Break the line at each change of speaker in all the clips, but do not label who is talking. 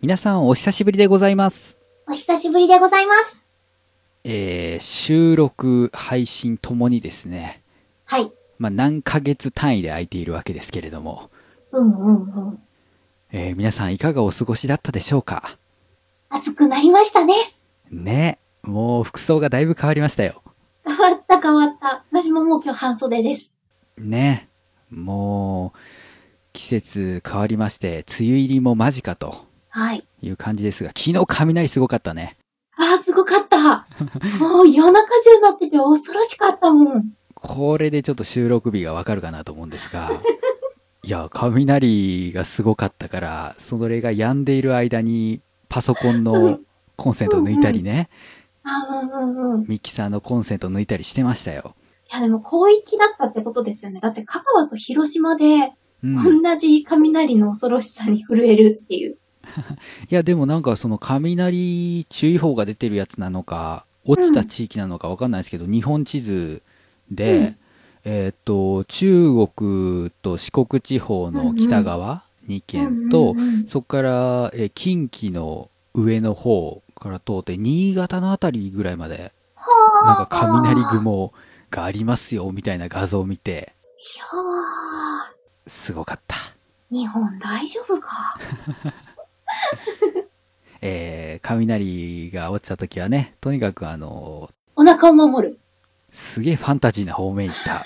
皆さんお久しぶりでございます。
お久しぶりでございます。
えー、収録、配信ともにですね、
はい。
まあ、何ヶ月単位で空いているわけですけれども、
うんうんうん。
えー、皆さんいかがお過ごしだったでしょうか
暑くなりましたね。
ね、もう服装がだいぶ変わりましたよ。
変わった変わった。私ももう今日半袖です。
ね、もう、季節変わりまして、梅雨入りも間近と
はい。
いう感じですが、昨日雷すごかったね。
ああ、すごかった。 もう夜中中になってて恐ろしかったもん。
これでちょっと収録日がわかるかなと思うんです が、いや、雷がすごかったから、それが止んでいる間に、パソコンのコンセント抜いたりね、
ああ、うんうんうん。い
ミキサーのコンセント抜いたりしてましたよ。
やでも広域だったってことですよね。だって香川と広島で
うん。い
同じ雷の恐ろしさに震えるっていう。
や、でもなんかその雷注意報が出てるやつなのか、落ちた地域なのかわかんないですけど、日本地図で、
うん
えーっと、中国と四国地方の北側2県と、
うんうんうん
そこから、えー近畿の上の方から通って、新潟のあたりぐらいまで、
は
なんか雷
い
雲がありますよ、みたいな画像を見て、
や
すごかった。
ー、日本大丈夫か。
えー、雷が落ちた時はね、とにかくあの、
お腹を守る。
すげえファンタジーな方面行った。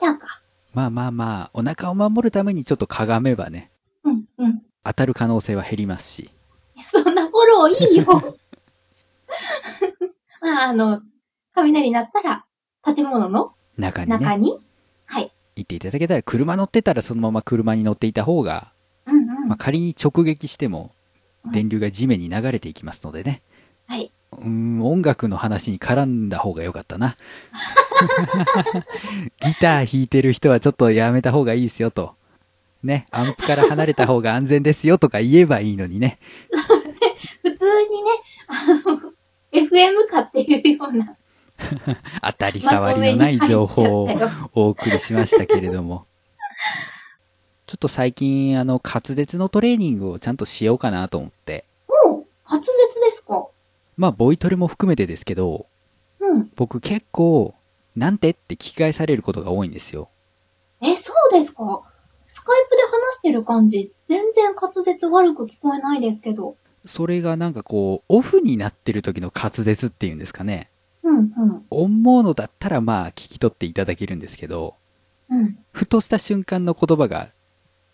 じゃあか。
まあまあまあ、お腹を守るためにちょっとかがめばね、
うんうん。
当たる可能性は減りますし。
そんなフォローいいよ。 まあ、あの、雷鳴ったら、建物の
中に
中
ね、
に、はい。
行っていただけたら、車乗ってたらそのまま車に乗っていた方が、
うんうん。
まあ、仮に直撃しても、電流が地面に流れていきますのでね。
はい。
うーん、音楽の話に絡んだ方が良かった な。ギター弾いてる人はちょっとやめた方がいいですよと。ね、アンプから離れた方が安全ですよとか言えばいいのにね。
普通にね、あの、FM かっていうような。
当たり障りのない情報を
まとめに入っちゃったよ
お送りしましたけれど も。ちょっと最近、あの、滑舌のトレーニングをちゃんとしようかなと思って。
もう、発熱ですか
まあ、ボイトレも含めてですけど、
うん。
僕結構、なんてって聞き返されることが多いんですよ。
え、そうですかスカイプで話してる感じ、全然滑舌悪く聞こえないですけど。
それがなんかこう、オフになってる時の滑舌っていうんですかね。
うんうん。
思うのだったらまあ聞き取っていただけるんですけど、
うん。
ふとした瞬間の言葉が、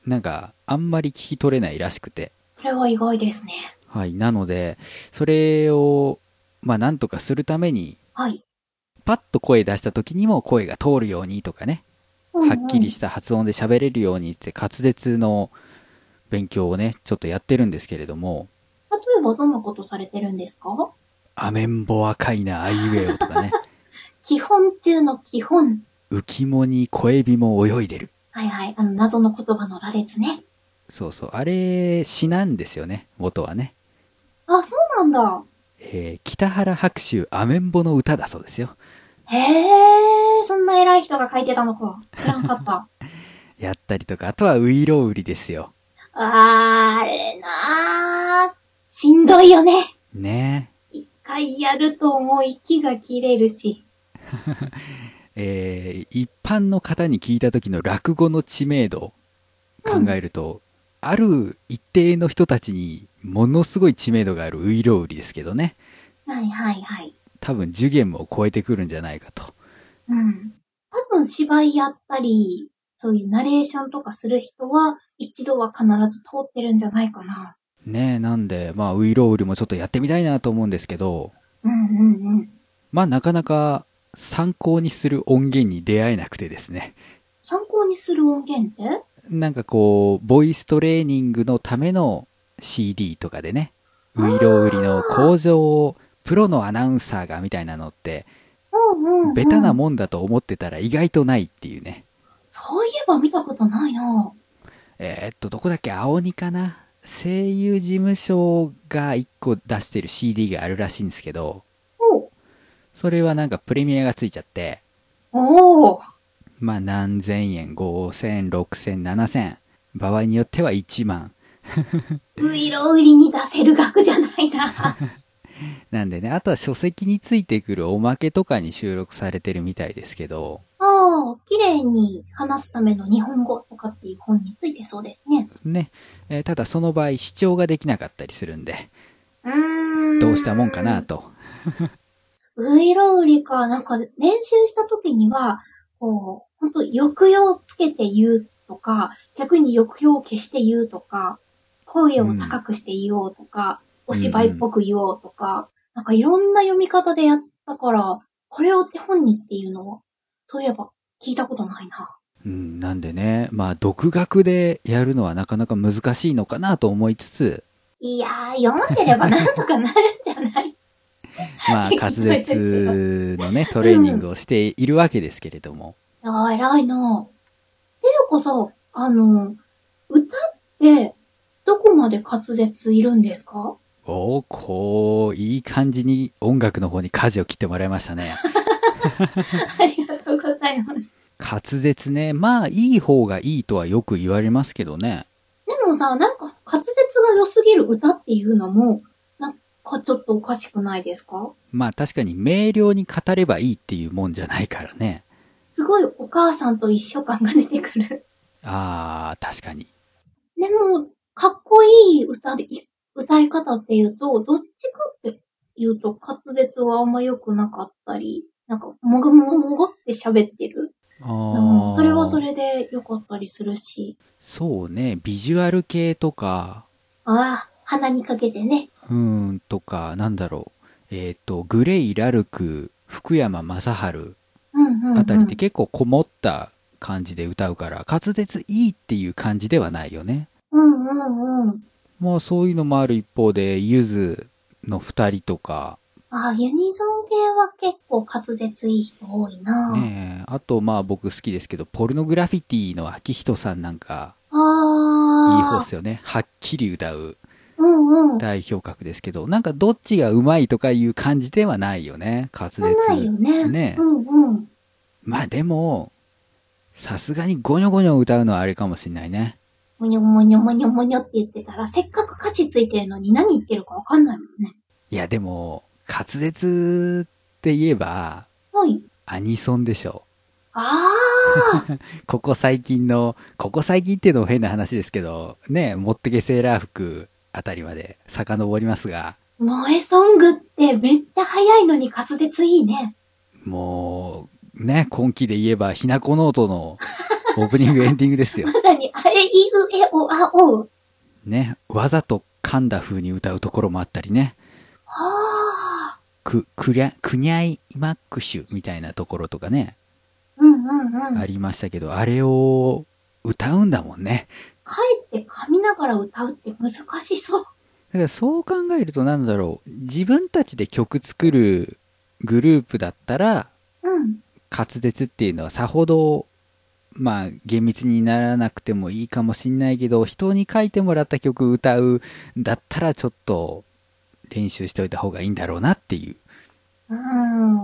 なんかあんまり聞き取れないらしくて。
これは意外ですね。
はい。なので、それを、まあなんとかするために、
はい。
パッと声出した時にも声が通るようにとかね、
うんうん
はっきりした発音で喋れるようにって滑舌の勉強をね、ちょっとやってるんですけれども、
例えばどんなことされてるんですか
アメンボ赤いなあいうえおとかね、
基本中の基本。
浮もに小エビも泳いでる。
はいはい。あの、謎の言葉の羅列ね。
そうそう。あれ、詩なんですよね。元はね。
あ、そうなんだ。
えー北原白秋アメンボの歌だそうですよ。
へえ、そんな偉い人が書いてたのか。知らんかった。
やったりとか、あとはウイロウリですよ。
あーあれなー。しんどいよね。
ね
一回やるともう息が切れるし。
えー一般の方に聞いた時の落語の知名度考えると、ある一定の人たちにものすごい知名度があるウイロウリですけどね。
はいはいはい。
多分次元も超えてくるんじゃないかと。
うん。多分芝居やったり、そういうナレーションとかする人は、一度は必ず通ってるんじゃないかな。
ねえ、なんで、まあ、ウイロウリもちょっとやってみたいなと思うんですけど、
うんうんうん。
まあ、なかなか参考にする音源に出会えなくてですね。
参考にする音源って
なんかこう、ボイストレーニングのための CD とかでね、ウイロウリの向上をプロのアナウンサーがみたいなのって、
うんうん、うん。
ベタなもんだと思ってたら意外とないっていうね。
そういえば見たことないな
えーっと、どこだっけ青鬼かな声優事務所が1個出してる CD があるらしいんですけど、
お
それはなんかプレミアがついちゃって、
おー
まあ何千円、5000、6000、7000、場合によっては1万。
ういろ売りに出せる額じゃない な。
なんでね、あとは書籍についてくるおまけとかに収録されてるみたいですけど、
ああ、綺麗に話すための日本語とかっていう本についてそうですね。
ね、えーただその場合視聴ができなかったりするんで、
うーん。
どうしたもんかな。と。
ういろ売りか、なんか練習した時には、こう、ほんと抑揚をつけて言うとか、逆に抑揚を消して言うとか、声を高くして言おうとか、
うん
お芝居っぽく言おうとか、なんかいろんな読み方でやったから、これを手本にっていうのは、そういえば聞いたことないな。
うん、なんでね、まあ独学でやるのはなかなか難しいのかなと思いつつ、
いやー、読んでればなんとかなるんじゃない
まあ滑舌のね、トレーニングをしているわけですけれども、
ああ、偉いなていうかさ、あの、歌って、どこまで滑舌いるんですか
おおこう、いい感じに音楽の方に舵を切ってもらいましたね。
ありがとうございます。
滑舌ね、まあいい方がいいとはよく言われますけどね。
でもさ、なんか滑舌が良すぎる歌っていうのも、なんかちょっとおかしくないですか
まあ確かに明瞭に語ればいいっていうもんじゃないからね。
すごいお母さんと一緒感が出てくる。
ああ、確かに。
でも、かっこいい歌で、い歌い方っていうと、どっちかっていうと滑舌はあんま良くなかったり、なんか、もぐもぐもぐって喋ってる。
あ
うん
ー
それはそれで良かったりするし。
そうね、ビジュアル系とか、
ああ、鼻にかけてね。
うーん、とか、なんだろう。えっ、と、グレイ・ラルク、福山雅治
うんうん、うん。
あたりって結構こもった感じで歌うから、滑舌いいっていう感じではないよね。
うんうんうん。
まあそういうのもある一方で、ゆずの二人とか、
ああ、ユニゾン系は結構滑舌いい人多いな。
ねえ、あとまあ僕好きですけど、ポルノグラフィティの秋人さんなんか、いい方っ
ああ。
すよね。はっきり歌う
うんうん。
代表格ですけど、なんかどっちがうまいとかいう感じではないよね、滑舌。
ないよね。
ね
うんうん。
まあでも、さすがにゴニョゴニョ歌うのはあれかもしんないね。
もにょもにょもにょもにょって言ってたら、せっかく歌詞ついてるのに何言ってるかわかんないもんね。
いやでも、滑舌って言えば、
はい。
アニソンでしょ。
あ あ
ここ最近の、ここ最近っていうのも変な話ですけど、ね、持ってけセーラー服あたりまで遡りますが、
萌えソングってめっちゃ早いのに滑舌いいね。
もう、ね、今期で言えば、ひなこノートのオープニング、エンディングですよ
ま。さに、あれ、いう、え、お、あ、おう。
ね、わざと噛んだ風に歌うところもあったりね、
ああ。
く、くりゃ、くにゃいマックシュみたいなところとかね、
うんうんうん。
ありましたけど、あれを歌うんだもんね。
かえって噛みながら歌うって難しそう。
だからそう考えるとなんだろう、自分たちで曲作るグループだったら、
うん。
滑舌っていうのはさほど、まあ、厳密にならなくてもいいかもしんないけど、人に書いてもらった曲歌う、だったらちょっと練習しておいた方がいいんだろうなっていう。
うーん。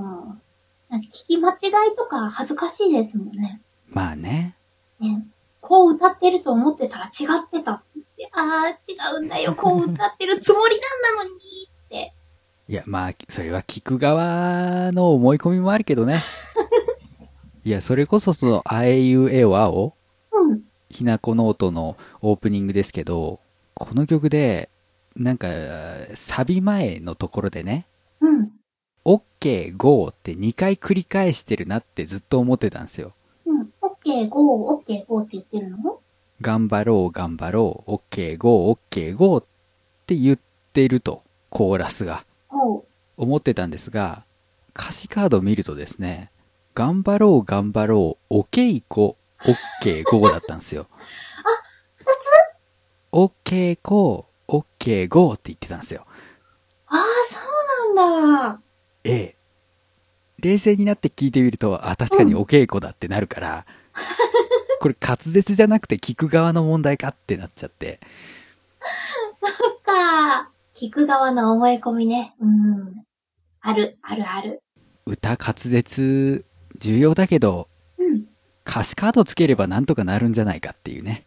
なんか聞き間違いとか恥ずかしいですもんね。
まあね。
ね、こう歌ってると思ってたら違ってたって言って、ああ、違うんだよ、こう歌ってるつもりなんだのにって。
いや、まあ、それは聞く側の思い込みもあるけどね。いや、それこそその、あえいうえおあお、
うん。
ひなこノートのオープニングですけど、この曲で、なんか、サビ前のところでね、
うん。
OK, go って2回繰り返してるなってずっと思ってたんですよ。
うん。OK, go, OK, go って言ってるの
頑張ろう、頑張ろう、OK, go, OK, go って言ってると、コーラスが
おう。
思ってたんですが、歌詞カードを見るとですね、頑張ろう、頑張ろう、おけいこ、OK, go だったんですよ。あ、二つ ?OK, go, OK, go って言ってたんですよ。
ああ、そうなんだ。
ええ。冷静になって聞いてみると、あ、確かにお稽古だってなるから、 これ滑舌じゃなくて聞く側の問題かってなっちゃって。
そっか。聞く側の思い込みね。うん。ある、あるある。
歌滑舌重要だけど、
うん。
歌詞カードつければなんとかなるんじゃないかっていうね。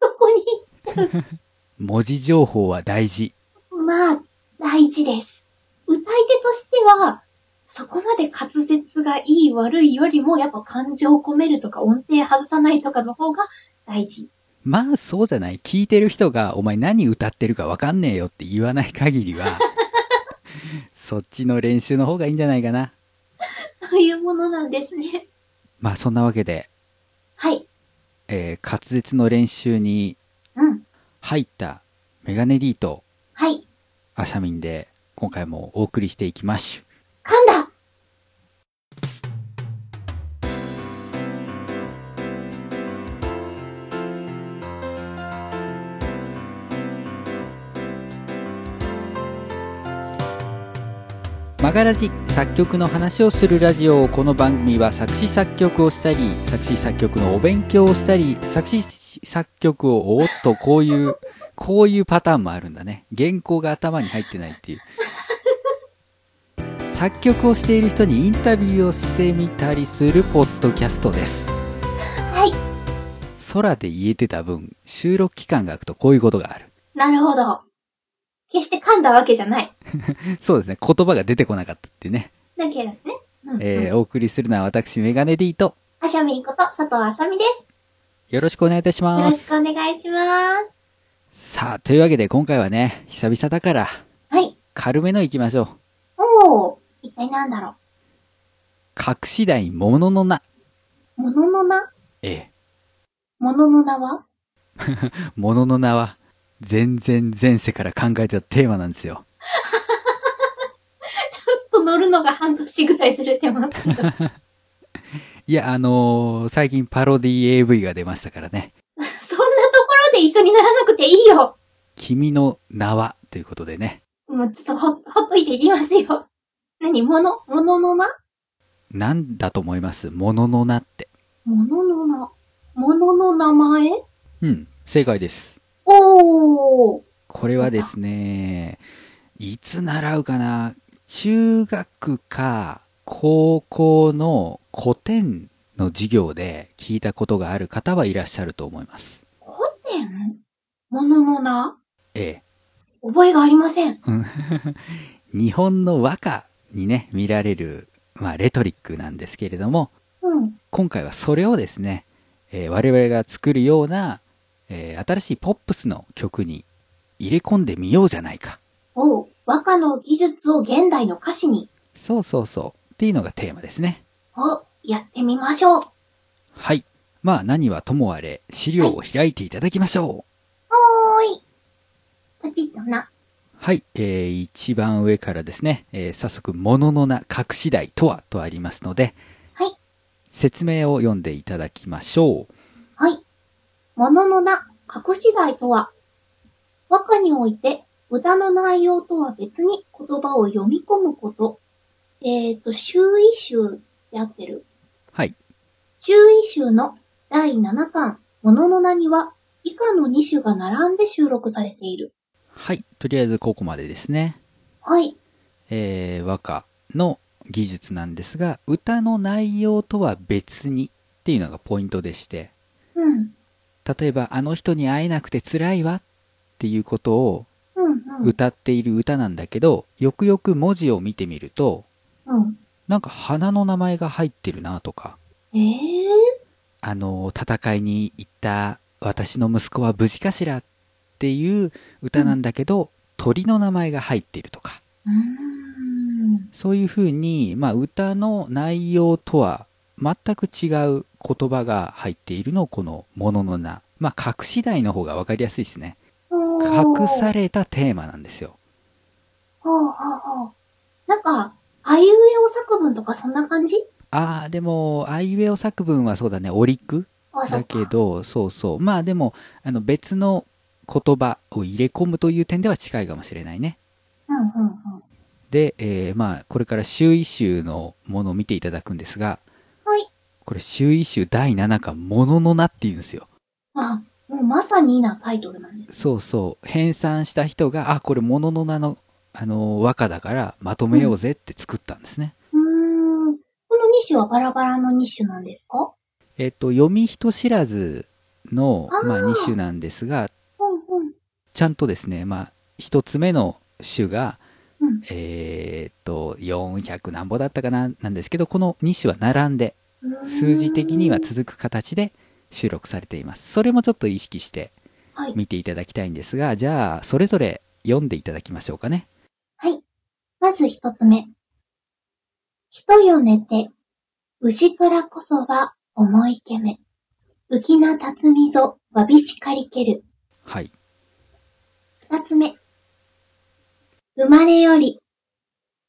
そこに
文字情報は大事。
まあ、大事です。歌い手としては、そこまで滑舌がいい悪いよりも、やっぱ感情を込めるとか音程外さないとかの方が大事。
まあそうじゃない。聞いてる人がお前何歌ってるかわかんねえよって言わない限り は、そっちの練習の方がいいんじゃないかな。
そういうものなんですね。
まあそんなわけで、
はい。
えー滑舌の練習に
うん。
入ったメガネ D と
はい。
アシャミンで今回もお送りしていきましゅ。
噛んだ
マガラジ作曲の話をするラジオこの番組は作詞作曲をしたり作詞作曲のお勉強をしたり作詞作曲をおっとこういうこういうパターンもあるんだね原稿が頭に入ってないっていう作曲をしている人にインタビューをしてみたりするポッドキャストです
はい。
空で言えてた分収録期間が空くとこういうことがある
なるほど。決して噛んだわけじゃない。
そうですね言葉が出てこなかったっていうね、
だけどね。うん、
えー
うん。
お送りするのは私メガネ D と
あしゃみんこと佐藤あさみです。
よろしくお願いいたし
よ
ま
ろし
す
くお願いします。
さあ、というわけで今回はね、久々だから、
はい。
軽めの行きましょう。
おー、一体なんだろ
隠し台ものの名。
う。ものの名
え
ものの名は
え。ものの名は、全然前世から考えてたテーマなんですよ。
ちょっと乗るのが半年ぐらいずれてますけど。
いや、あのー最近パロディ AV が出ましたからね。
そんなところで一緒にならなくていいよ。
君の名は、ということでね。
もうちょっとほ、ほっといていきますよ。何もの、もののな
なんだと思いますものの名って。
もののな。ものの名前
うん、正解です。
おー。
これはですね、いつ習うかな中学か高校の古典の授業で聞いたことがある方はいらっしゃると思います。
古典もののな
え
覚えがありません。
え。 日本の和歌にね、見られる、まあ、レトリックなんですけれども、
うん。
今回はそれをですね、えー我々が作るような、えー新しいポップスの曲に入れ込んでみようじゃないか。
おう。和歌の技術を現代の歌詞に。
そうそうそう。っていうのがテーマですね。
お、やってみましょう。
はい。まあ何はともあれ、資料を開いていただきましょ
おーい。ポチッとな。
う。はい。えー、一番上からですね、えー早速、ものの名隠し台とはとありますので、
はい
説明を読んでいただきましょう。
はい。ものの名、隠し台とは、和歌において、歌の内容とは別に言葉を読み込むこと。えっ、ー、と、周囲集で合ってる。
はい。
周囲集の第7巻、ものの名には、以下の2種が並んで収録されている。
はい。とりあえずここまでですね。
はい。
えー和歌の技術なんですが、歌の内容とは別にっていうのがポイントでして、
うん。
例えば、あの人に会えなくて辛いわっていうことを
うん、うん。
歌っている歌なんだけど、よくよく文字を見てみると、
うん。
なんか花の名前が入ってるなとか、
ええ
あの、戦いに行った私の息子は無事かしらっていう歌なんだけど、鳥の名前が入ってるとか、
ー。うーん。
そういう風に、まあ歌の内容とは全く違う言葉が入っているのをこのものの名。まあ隠し台の方がわかりやすいですね。
おー
隠されたテーマなんですよ。
ほうほうほう。なんか、あいうえお作文とかそんな感じ
ああ、でも、あいうえお作文はそうだね、オリク
あ、そ
だ
っか
けど、そうそう。まあでも、あの別の言葉を入れ込むという点では近いかもしれないね。
うんうんうん。
で、えーまあこれから周囲集のものを見ていただくんですが、
はい。
これ周囲集第7巻、ものの名って言うんですよ。
あ、もうまさになタイトルなんです。
そうそう。編纂した人が、あ、これものの名の、あの、和歌だからまとめようぜって作ったんですね。
うーん。この2種はバラバラの2種なんですか
えっ、と、読み人知らずの、
あー
まあ2種なんですが、
うん
ちゃんとですね、まあ、一つ目の種が、
うん。
えーっと、400何ぼだったかな、なんですけど、この2種は並んで、
うん
数字的には続く形で収録されています。それもちょっと意識して
はい。
見ていただきたいんですが、じゃあ、それぞれ読んでいただきましょうかね。
はい。まず一つ目。人よ寝て、牛からこそは重いけめ。浮きな辰みぞ、わびしかりける。
はい。
二つ目。生まれより、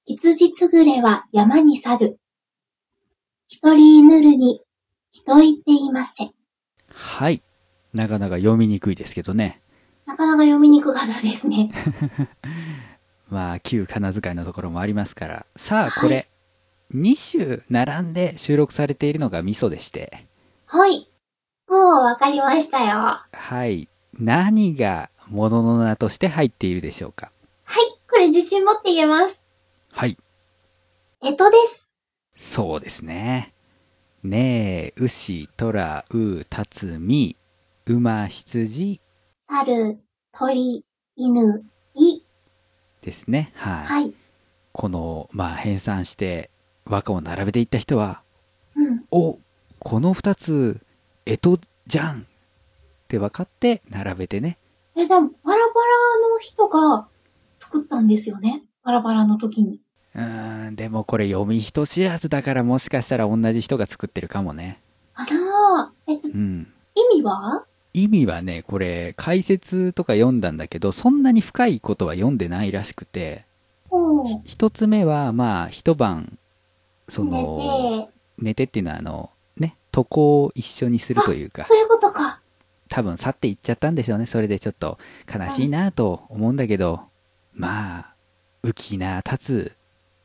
羊つぐれは山に去る。一人犬るに、人いていません。
はい。なかなか読みにくいですけどね。
なかなか読みにくかったですね。
まあ、旧金遣いのところもありますから。さあ、これ、2種並んで収録されているのがミソでして、
はい。もうわかりましたよ。は
はい。何が物の名として入っているでしょうか
い。これ自信持って言えます。
はい。
えとです。
そうですね。ねえ、牛、虎、う、たつ、み、馬、羊
猿、鳥、犬、い。
ですね。はい。
はい。
この、まあ、編纂して和歌を並べていった人は、
うん。
おこの2つえとじゃんって分かって並べてね
え、でも、バラバラの人が作ったんですよね。バラバラの時に。
うーんでもこれ読み人知らずだからもしかしたら同じ人が作ってるかもね
あらー。え、
うん
意味は
意味はねこれ解説とか読んだんだけどそんなに深いことは読んでないらしくて
お
ひ
ー。
一つ目はまあ一晩その
寝て、
寝てっていうのはあのね渡航を一緒にするというか
そういうことか。
多分去っていっちゃったんでしょうねそれでちょっと悲しいなと思うんだけど、まあ浮きな立つ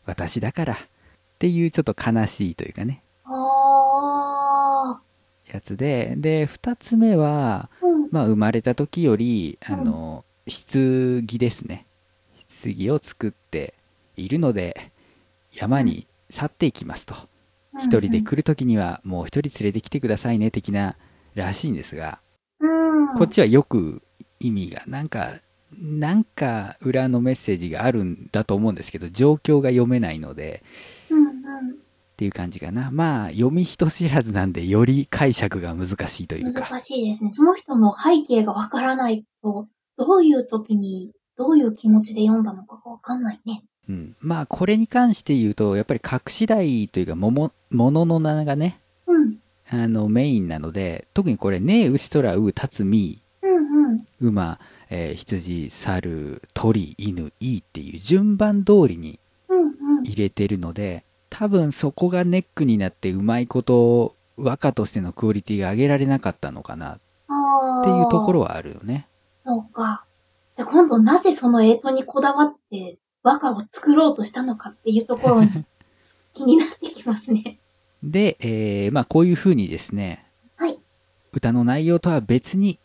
私だからっていうちょっと悲しいというかね
おー。
やつでで2つ目は、
うん。
まあ、生まれた時より
うん
あの棺ですね棺を作っているので山に去っていきますと一人で来る時にはもう一人連れてきてくださいね的ならしいんですが
うん。
こっちはよく意味が、なんか、なんか裏のメッセージがあるんだと思うんですけど、状況が読めないので、
うんう。
っていう感じかな。まあ、読み人知らずなんで、より解釈が難しいというんか。
難しいですね。その人の背景がわからないと、どういう時に、どういう気持ちで読んだのかがわかんないね。
うん。まあ、これに関して言うと、やっぱり隠し台というか、もも、ものの名がね、
うん。
あの、メインなので、特にこれ、ねえ、牛とらう、たつみ、
うんうん。
馬、えー羊、猿、鳥、犬、いいっていう順番通りに
うんうん。
入れてるので多分そこがネックになってうまいこと和歌としてのクオリティが上げられなかったのかな
あー
っていうところはあるよね
そうか。じゃあ今度なぜそのエイトにこだわって和歌を作ろうとしたのかっていうと ころに気になってきますね。
で、えーまあ、こういうふうにですね、
はい
歌の内容とは別に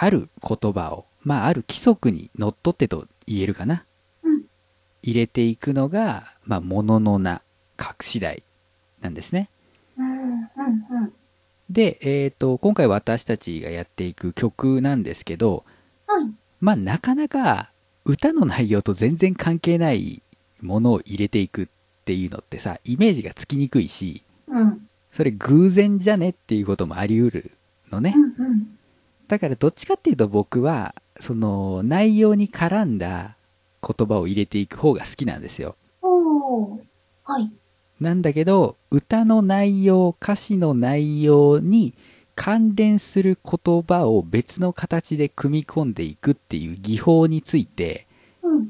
ある言葉を、まあ、ある規則にのっとってと言えるかな、
うん
入れていくのが、まあ、ものの名隠し題なんですね
うんうんうん。
で、えー、と今回私たちがやっていく曲なんですけど、
はい。
まあなかなか歌の内容と全然関係ないものを入れていくっていうのってさイメージがつきにくいし
うん。
それ偶然じゃねっていうこともあり得るのね
うんうん。
だからどっちかっていうと僕はその内容に絡んだ言葉を入れていく方が好きなんですよ
おー。はい。
なんだけど歌の内容歌詞の内容に関連する言葉を別の形で組み込んでいくっていう技法について
うんうん。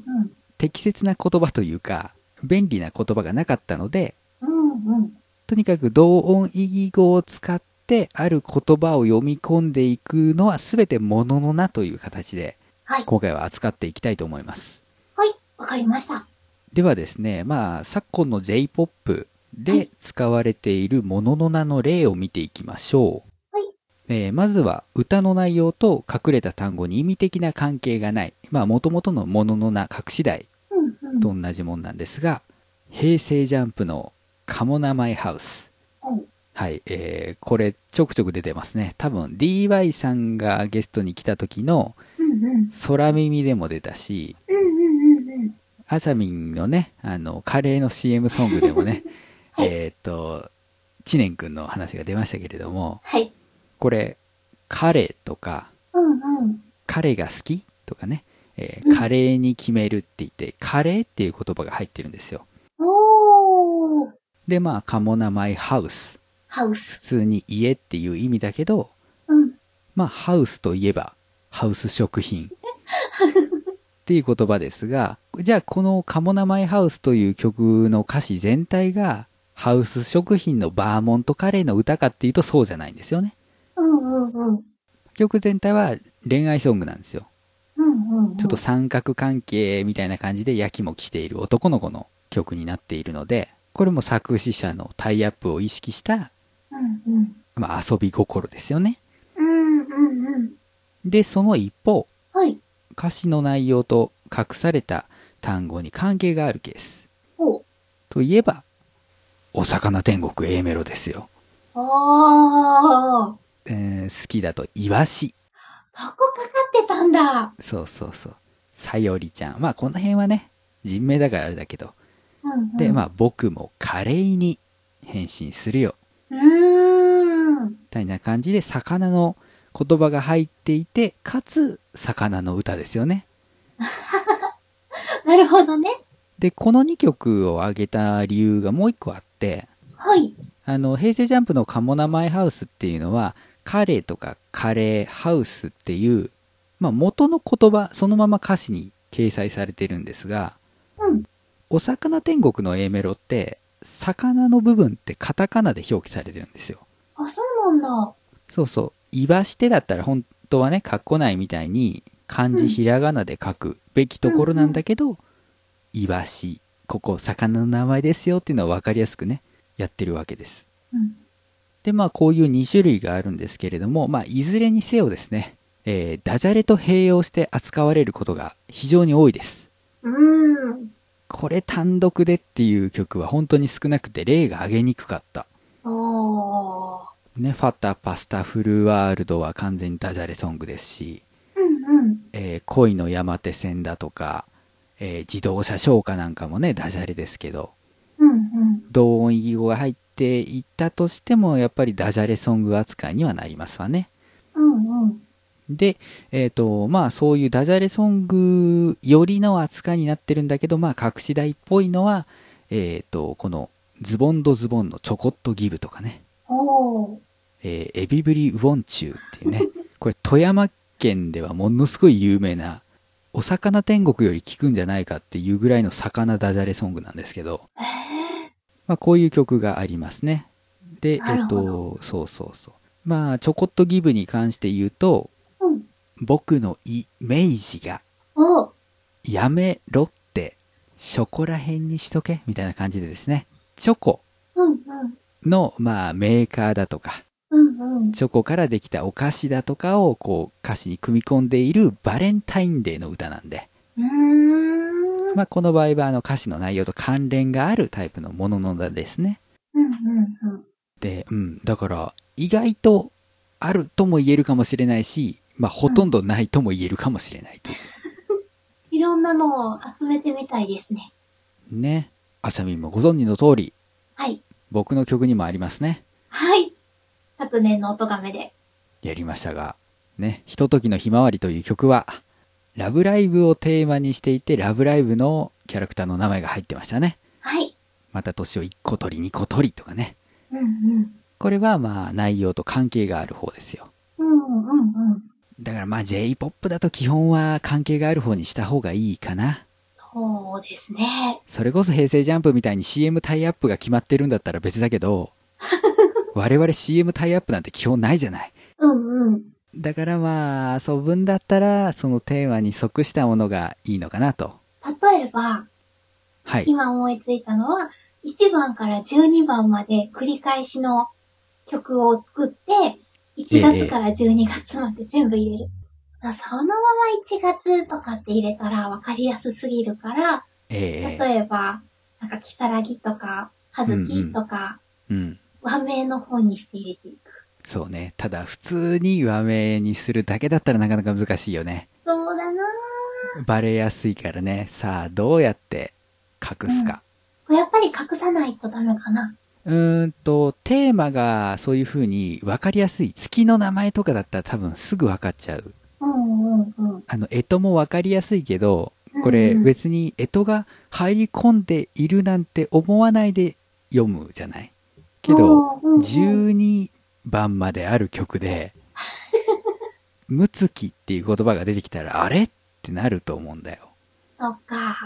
適切な言葉というか便利な言葉がなかったので
うんうん。
とにかく同音異義語を使ってある言葉を読み込んでいくのは全てものの名という形で
はい。
今回は扱っていきたいと思います
はい。わかりました。
ではですねまあ昨今の j p o p
は
で
い
使われているものの名の例を見ていきましょう、
はい
えーまずは歌の内容と隠れた単語に意味的な関係がないまあもともとのものの名隠し題
うんうん。
と同じもんなんですが、平成ジャンプのカモナマイハウス。
うん
はい、えーこれちょくちょく出てますね。多分 DY さんがゲストに来た時の
うんうんうん。
空耳でも出たし、
うんうんうんうん。
あさみんのね、あの、カレーの CM ソングでもね、
はい
えーっと、知念くんの話が出ましたけれども、
はい。
これ、カレーとか、
うんうん。
彼が好きとかね、えー
うん
カレーに決めるって言って、カレーっていう言葉が入ってるんですよ。
おー。
で、まあ、カモナマイハウス。
ハウス。
普通に家っていう意味だけど、
うん。
まあ、ハウスといえば、ハウス食品。っていう言葉ですが、じゃあこのカモナマイハウスという曲の歌詞全体が、ハウス食品のバーモントカレーの歌かっていうとそうじゃないんですよね。
うんうんうん。
曲全体は恋愛ソングなんですよ。
うんうんうん。
ちょっと三角関係みたいな感じでやきもきしている男の子の曲になっているので、これも作詞者のタイアップを意識した、
うんうん。
まあ、遊び心ですよね。
うんうんうん。
で、その一方、
はい。
歌詞の内容と隠された単語に関係があるケース。
お
といえば、お魚天国 A メロですよ。
あー。
えー好きだとイワシ。
そこかかってたんだ。
そうそうそう。さよりちゃん。まあこの辺はね、人名だからあれだけど。
うんうん。
で、まあ僕もカレーに変身するよ。
うーん。
みたいな感じで魚の言葉が入っていて、かつ魚の歌ですよね。
なるほどね。
で、この2曲を挙げた理由がもう1個あって、
はい。
あの、平成ジャンプのカモナマイハウスっていうのは、カレーとかカレーハウスっていう、まあ元の言葉、そのまま歌詞に掲載されてるんですが、
うん。
お魚天国の A メロって、魚の部分ってカタカナで表記されてるんですよ。
あ、そうなんだ。
そうそう。イワシテだったら本当はね、書こないみたいに、漢
うん
字ひらがなで書くべきところなんだけど、イワシ、ここ魚の名前ですよっていうのは分かりやすくね、やってるわけです。
うん。
でまあこういう2種類があるんですけれども、まあ、いずれにせよですね、えーダジャレと併用して扱われることが非常に多いです
うーん。
これ単独でっていう曲は本当に少なくて例が挙げにくかった
おー。
ね、ファタパスタフルワールドは完全にダジャレソングですし、
うんうん。
えー恋の山手線だとか、えー自動車消火なんかもねダジャレですけど
うんうん。
同音異義語が入っていったとしてもやっぱりダジャレソング扱いにはなりますわね
うんうん。
で、えっ、と、まあそういうダジャレソングよりの扱いになってるんだけど、まあ隠し台っぽいのは、えっ、と、このズボンドズボンのちょこっとギブとかね、
おー。
えーエビブリウォンチューって いうね、これ富山県ではものすごい有名な、お魚天国より効くんじゃないかっていうぐらいの魚ダジャレソングなんですけど、
ええ
まあこういう曲がありますね。で、えっ、
なるほ
と、そうそうそう。まあちょこっとギブに関して言うと、
ー。うん。
僕のイメージが
おー。
やめろって、そこら辺にしとけ、みたいな感じでですね、チョコ
うんうん。
の、まあ、メーカーだとか、
うんうん。
チョコからできたお菓子だとかを、こう、歌詞に組み込んでいるバレンタインデーの歌なんで、
うーん。
まあ、この場合は、あの、歌詞の内容と関連があるタイプのものの歌ですね。
うんうんうん。
で、うん、だから、意外と、あるとも言えるかもしれないし、まあ、ほとんどないとも言えるかもしれないとい
いろんなのを集めてみたいですね。
う。ね。あさみんもご存知の通り、
はい。
僕の曲にもありますね。
はい。昨年の音がめで。
やりましたが、ね、ひとときのひまわりという曲は、ラブライブをテーマにしていて、ラブライブのキャラクターの名前が入ってましたね。
はい。
また年を1個取り、2個取りとかね。
うんうん。
これはまあ内容と関係がある方ですよ。
うんうんうん。
だからまあ J-POP だと基本は関係がある方にした方がいいかな。
そうですね。
それこそ平成ジャンプみたいに CM タイアップが決まってるんだったら別だけど、我々 CM タイアップなんて基本ないじゃない。
うんうん。
だからまあ遊ぶんだったらそのテーマに即したものがいいのかなと。
例えば、
はい。
今思いついたのは、1番から12番まで繰り返しの曲を作って、1月から12月まで全部入れる。そのまま1月とかって入れたら分かりやすすぎるから、
ええ
例えば、なんか、キサラギとか、ハズキとか、
うん。
和名の方にして入れていく。
そうね。ただ、普通に和名にするだけだったらなかなか難しいよね。
そう
バレやすいからね。さあ、どうやって隠すか。
これやっぱり隠さないとダメかな。
うーんと、テーマがそういう風に分かりやすい。月の名前とかだったら多分すぐ分かっちゃう。
うんうんうん。
あの、干支も分かりやすいけど、こ
う
れ
んうん
別に干支が入り込んでいるなんて思わないで読むじゃない。けど、
うんうんうん
12番まである曲で、 ムツキっていう言葉が出てきたら、あれってなると思うんだよ。
そっか。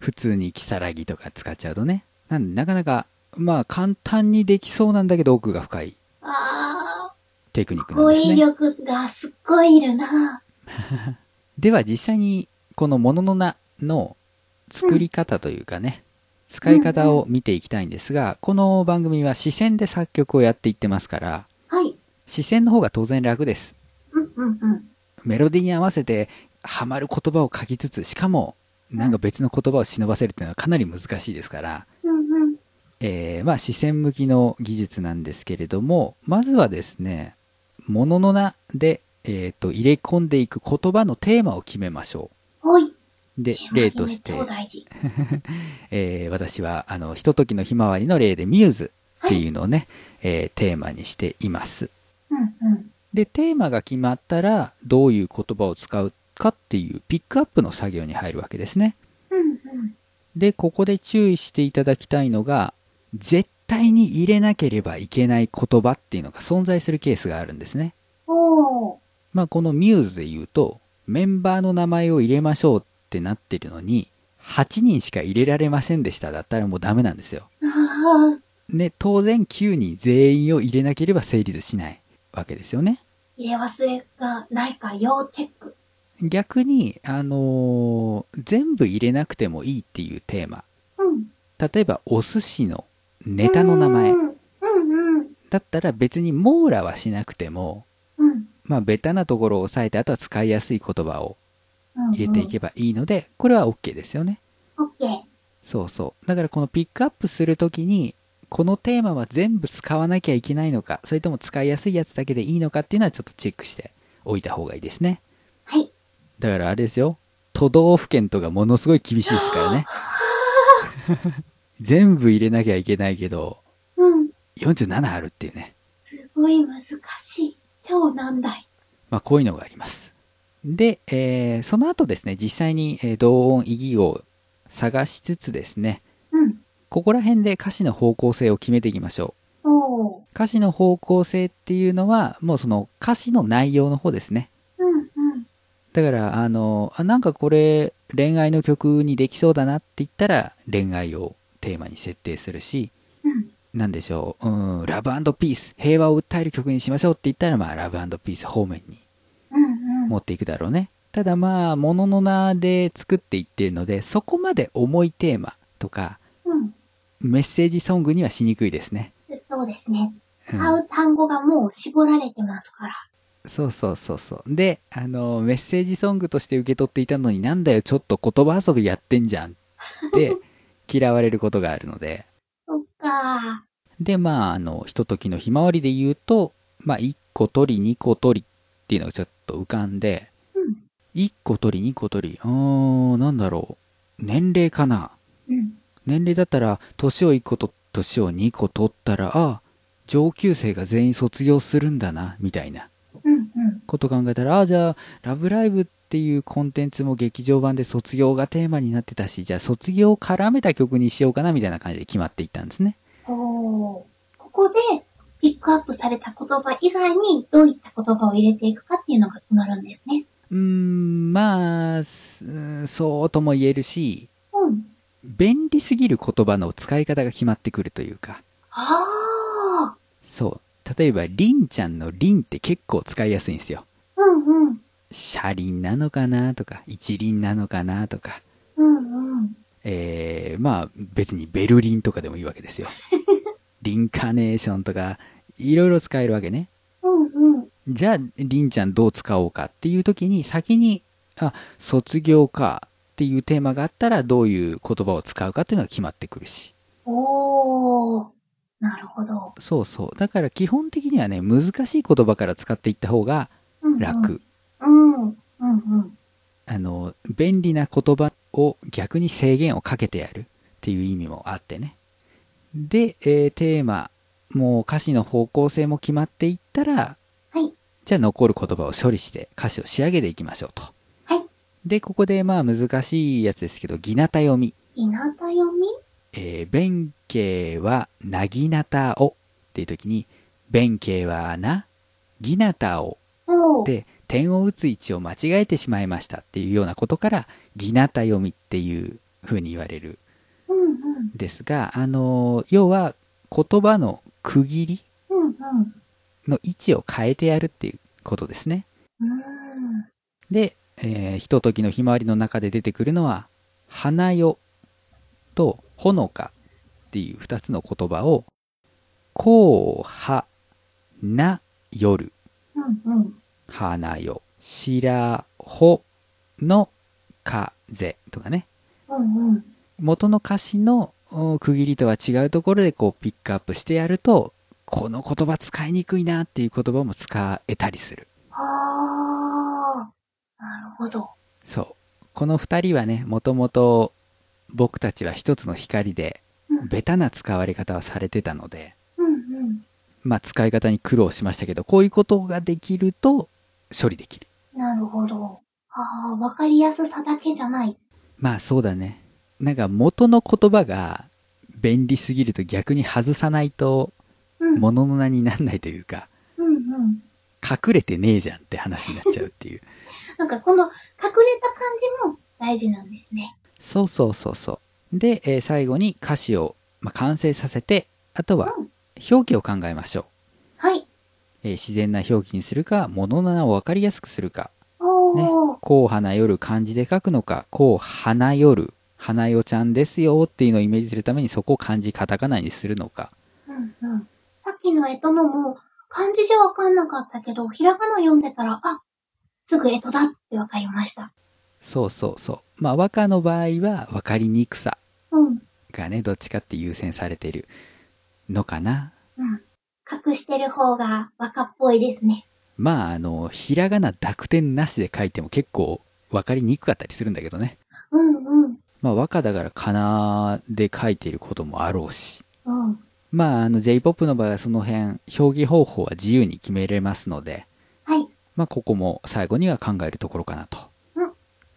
普通に如月とか使っちゃうとね。なんで、なかなか、まあ簡単にできそうなんだけど奥が深い
ああ、
テクニックなん
語
です
彙
ね。
力がすっごいいるな。
では実際に、このものの名の作り方というかね、使い方を見ていきたいんですが、この番組は視線で作曲をやっていってますから、
はい。
視線の方が当然楽です。
うんうんうん。
メロディーに合わせてハマる言葉を書きつつ、しかも、なんか別の言葉を忍ばせるっていうのはかなり難しいですから、
うんうん。
えーまあ、視線向きの技術なんですけれども、まずはですね、ものの名で、えっ、と、入れ込んでいく言葉のテーマを決めましょ
ほい。
う。で、例として、
超大事。
えー私は、あの、ひとときのひまわりの例でミューズっていうのをね、えーテーマにしています。
うんうん。
で、テーマが決まったら、どういう言葉を使うかっていうピックアップの作業に入るわけですね。
うんうん。
で、ここで注意していただきたいのが、絶対に入れなければいけない言葉っていうのが存在するケースがあるんですね。
おー。
まあ、このミューズで言うと、メンバーの名前を入れましょうってなってるのに、8人しか入れられませんでしただったらもうダメなんですよ。
ああ、
ね、当然9人全員を入れなければ成立しないわけですよね。
入れ忘れがないか要チェック。
逆に、あのー全部入れなくてもいいっていうテーマ。
うん。
例えば、お寿司のネタの名前
う。んうんうん。
だったら別に網羅はしなくても、
うん。
まあ、ベタなところを押さえて、あとは使いやすい言葉を
うん
入れていけばいいので、これは OK ですよね。
オッケー。
そうそう。だからこのピックアップするときに、このテーマは全部使わなきゃいけないのか、それとも使いやすいやつだけでいいのかっていうのはちょっとチェックしておいた方がいいですね。
はい。
だからあれですよ。都道府県とかものすごい厳しいですからね。全部入れなきゃいけないけど、
うん。
47あるっていうね。
すごい難しい。超難題。
まあ、こういうのがあります。で、えーその後ですね、実際に、えー同音異義語を探しつつですね、
うん。
ここら辺で歌詞の方向性を決めていきましょう。
おー。
歌詞の方向性っていうのは、もうその歌詞の内容の方ですね。
うんうん。
だから、あの、あなんかこれ、恋愛の曲にできそうだなって言ったら、恋愛をテーマに設定するし、
うん。
なんでしょう、うん、ラブピース、平和を訴える曲にしましょうって言ったら、まあ、ラブピース方面に
うんうん。
持っていくだろうね。ただまあ、ものの名で作っていってるので、そこまで重いテーマとか、
うん。
メッセージソングにはしにくいですね。
そうですね。
うん
使う単語がもう絞られてますから。
そうそうそうそう。で、あの、メッセージソングとして受け取っていたのになんだよ、ちょっと言葉遊びやってんじゃんって、嫌われることがあるので。
そっか
で、まあ、あの、ひとときのひまわりで言うと、まあ、1個取り、2個取りっていうのがちょっと浮かんで、
ー。うん。
1個取り、2個取り、うーん、なんだろう。年齢かな。
うん。
年齢だったら年を1個と年を2個取ったらあ上級生が全員卒業するんだなみたいな
うんうん。
こと考えたらあじゃあ「ラブライブ!」っていうコンテンツも劇場版で卒業がテーマになってたしじゃあ卒業を絡めた曲にしようかなみたいな感じで決まっていったんですね
おー。ここで、ピックアップされた言葉以外に、どういった言葉を入れていくかっていうのが決まるんですね。
うーんまあすうーんそうとも言えるし
うん。
便利すぎる言葉の使い方が決まってくるというか
あー。
そう例えば「りんちゃん」の「りん」って結構使いやすいんですよ
うんうん。
車輪なのかなとか一輪なのかなとか、
うんうん。
えーまあ別にベルリンとかでもいいわけですよリンカネーションとかいろいろ使えるわけね
うんうん。
じゃあリンちゃんどう使おうかっていう時に先にあ卒業かっていうテーマがあったらどういう言葉を使うかっていうのが決まってくるし
おー。なるほど。
そうそうだから基本的にはね難しい言葉から使っていった方が
うんうん
楽、
うん。うんうん。
あの、便利な言葉を逆に制限をかけてやるっていう意味もあってね。で、えーテーマ、もう歌詞の方向性も決まっていったら、
はい
じゃあ残る言葉を処理して歌詞を仕上げていきましょうと。
はい
で、ここでまあ難しいやつですけど、ぎなた読み。
いなた読み
えー弁慶はなぎなたをっていう時に、弁慶はな、ぎなたを
おう。
で点を打つ位置を間違えてしまいましたっていうようなことから「ぎなた読み」っていうふうに言われる
うんうん。
んですがあの要は言葉の区切り
うんうん。
の位置を変えてやるっていうことですね
うーん。
で、えーひとときのひまわりの中で出てくるのは「花よ」と「ほのか」っていう2つの言葉を「こうはな夜」
うんうん。
花よ、白穂の風とかね、
うんうん。
元の歌詞のお区切りとは違うところでこうピックアップしてやると、この言葉使いにくいなっていう言葉も使えたりする。
あー。なるほど。
そう。この二人はね、もともと僕たちは一つの光で
うん、
ベタな使われ方はされてたので、
うんうん。
まあ使い方に苦労しましたけど、こういうことができると処理できる。
なるほど。あー、わかりやすさだけじゃない。
まあそうだね。なんか元の言葉が便利すぎると逆に外さないと
うん。うん
物の名になんないというか、
うん。
隠れてねえじゃんって話になっちゃうっていう。
なんかこの隠れた感じも大事なんですね。
そうそうそうそう。で、えー最後に歌詞を、まあ、完成させて、あとは
うん
表記を考えましょう。
はい。
えー自然な表記にするか、物の名をわかりやすくするか。
おー。
ね。こう花夜漢字で書くのか、こう花夜、花代ちゃんですよっていうのをイメージするためにそこを漢字カタカナにするのか。
うんうん。さっきのえとのも、漢字じゃわかんなかったけど、ひらがな読んでたら、あ、すぐえとだってわかりました。
そうそうそう。まあ和歌の場合は分かりにくさ
うん。
がね、どっちかって優先されてるのかな。
うん。隠してる方が和歌っぽいですね。
まああの、ひらがな濁点なしで書いても結構分かりにくかったりするんだけどね。
うんうん。
まあ和歌だからかなで書いてることもあろうし。
うん。
まああの J-POP の場合はその辺、表記方法は自由に決めれますので、
はい。
まあここも最後には考えるところかなと
うん。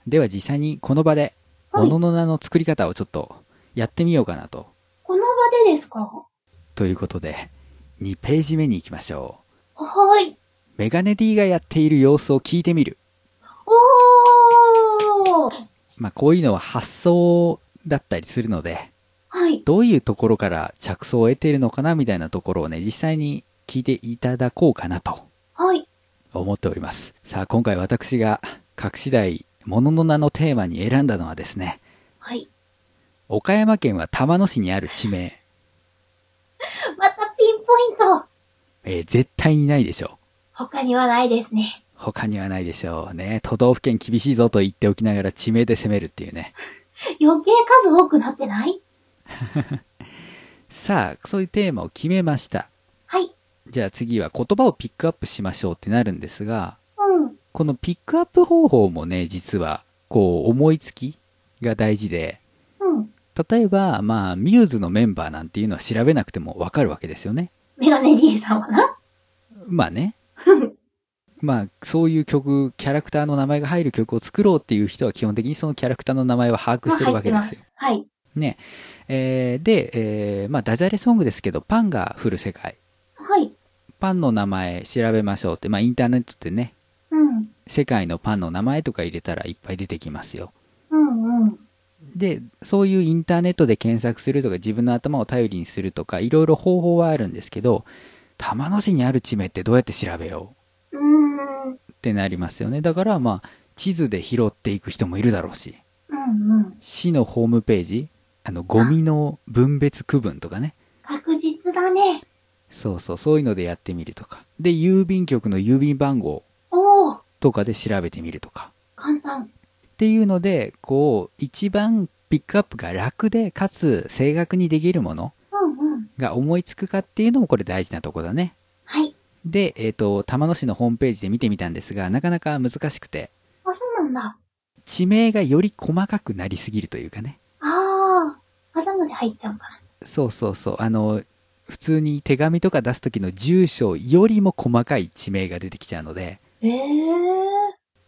では実際にこの場で、
は
も
い
のの名の作り方をちょっとやってみようかなと
この場でですかは
ということで、2ページ目に行きましょう。
ーい。
メガネ D がやっている様子を聞いてみる。
おー
まあ、こういうのは発想だったりするので、
はい。
どういうところから着想を得ているのかなみたいなところをね、実際に聞いていただこうかなと
はい。
思っております。さあ、今回私が隠し台、ものの名のテーマに選んだのはですね、
はい。
岡山県は玉野市にある地名、
またピンポイント
えー絶対にないでしょう。
他にはないですね。
他にはないでしょうね。都道府県厳しいぞと言っておきながら地名で攻めるっていうね。
余計数多くなってない
さあ、そういうテーマを決めました。
はい。
じゃあ次は言葉をピックアップしましょうってなるんですが、
うん。
このピックアップ方法もね、実は、こう、思いつきが大事で、
うん。
例えば、まあ、ミューズのメンバーなんていうのは調べなくてもわかるわけですよね。
メガネ D さんはな。
まあね。まあ、そういう曲、キャラクターの名前が入る曲を作ろうっていう人は基本的にそのキャラクターの名前は把握してるわけですよ。
はい。
ね。えーで、えーまあ、ダジャレソングですけど、パンが降る世界。
はい。
パンの名前調べましょうって、まあ、インターネットでね、
うん。
世界のパンの名前とか入れたらいっぱい出てきますよ。
うんうん。
で、そういうインターネットで検索するとか、自分の頭を頼りにするとか、いろいろ方法はあるんですけど、玉野市にある地名ってどうやって調べよ
うー
う
ん。
ってなりますよね。だから、まあ、地図で拾っていく人もいるだろうし、
うんうん。
市のホームページ、あの、ゴミの分別区分とかね、
確実だね。
そうそう、そういうのでやってみるとか。で、郵便局の郵便番号
おー
とかで調べてみるとか。
簡単。
っていうので、こう、一番ピックアップが楽で、かつ正確にできるもの
うんうん。
が思いつくかっていうのもこれ大事なとこだね。
はい。
で、えっ、と、玉野市のホームページで見てみたんですが、なかなか難しくて、
あ、そうなんだ。
地名がより細かくなりすぎるというかね。
ああ、頭で入っちゃうんだ。
そうそうそう。あの、普通に手紙とか出す時の住所よりも細かい地名が出てきちゃうので、
ええ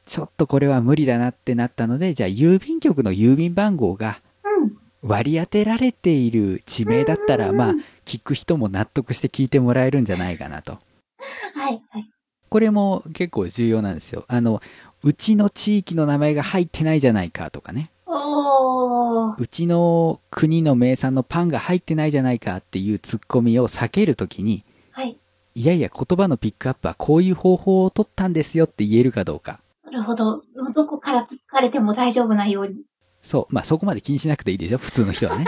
ちょっとこれは無理だなってなったので、じゃあ郵便局の郵便番号が
うん。
割り当てられている地名だったら、
うんうん
ま
う
あ
ん、
聞く人も納得して聞いてもらえるんじゃないかなと。
はい、はい。
これも結構重要なんですよ。あの、うちの地域の名前が入ってないじゃないかとかね。
おー。
うちの国の名産のパンが入ってないじゃないかっていうツッコミを避けるときに、
はい。
いやいや言葉のピックアップはこういう方法を取ったんですよって言えるかどうか。
なるほど。どこから突かれても大丈夫なように。
そう。まあそこまで気にしなくていいでしょ普通の人はね。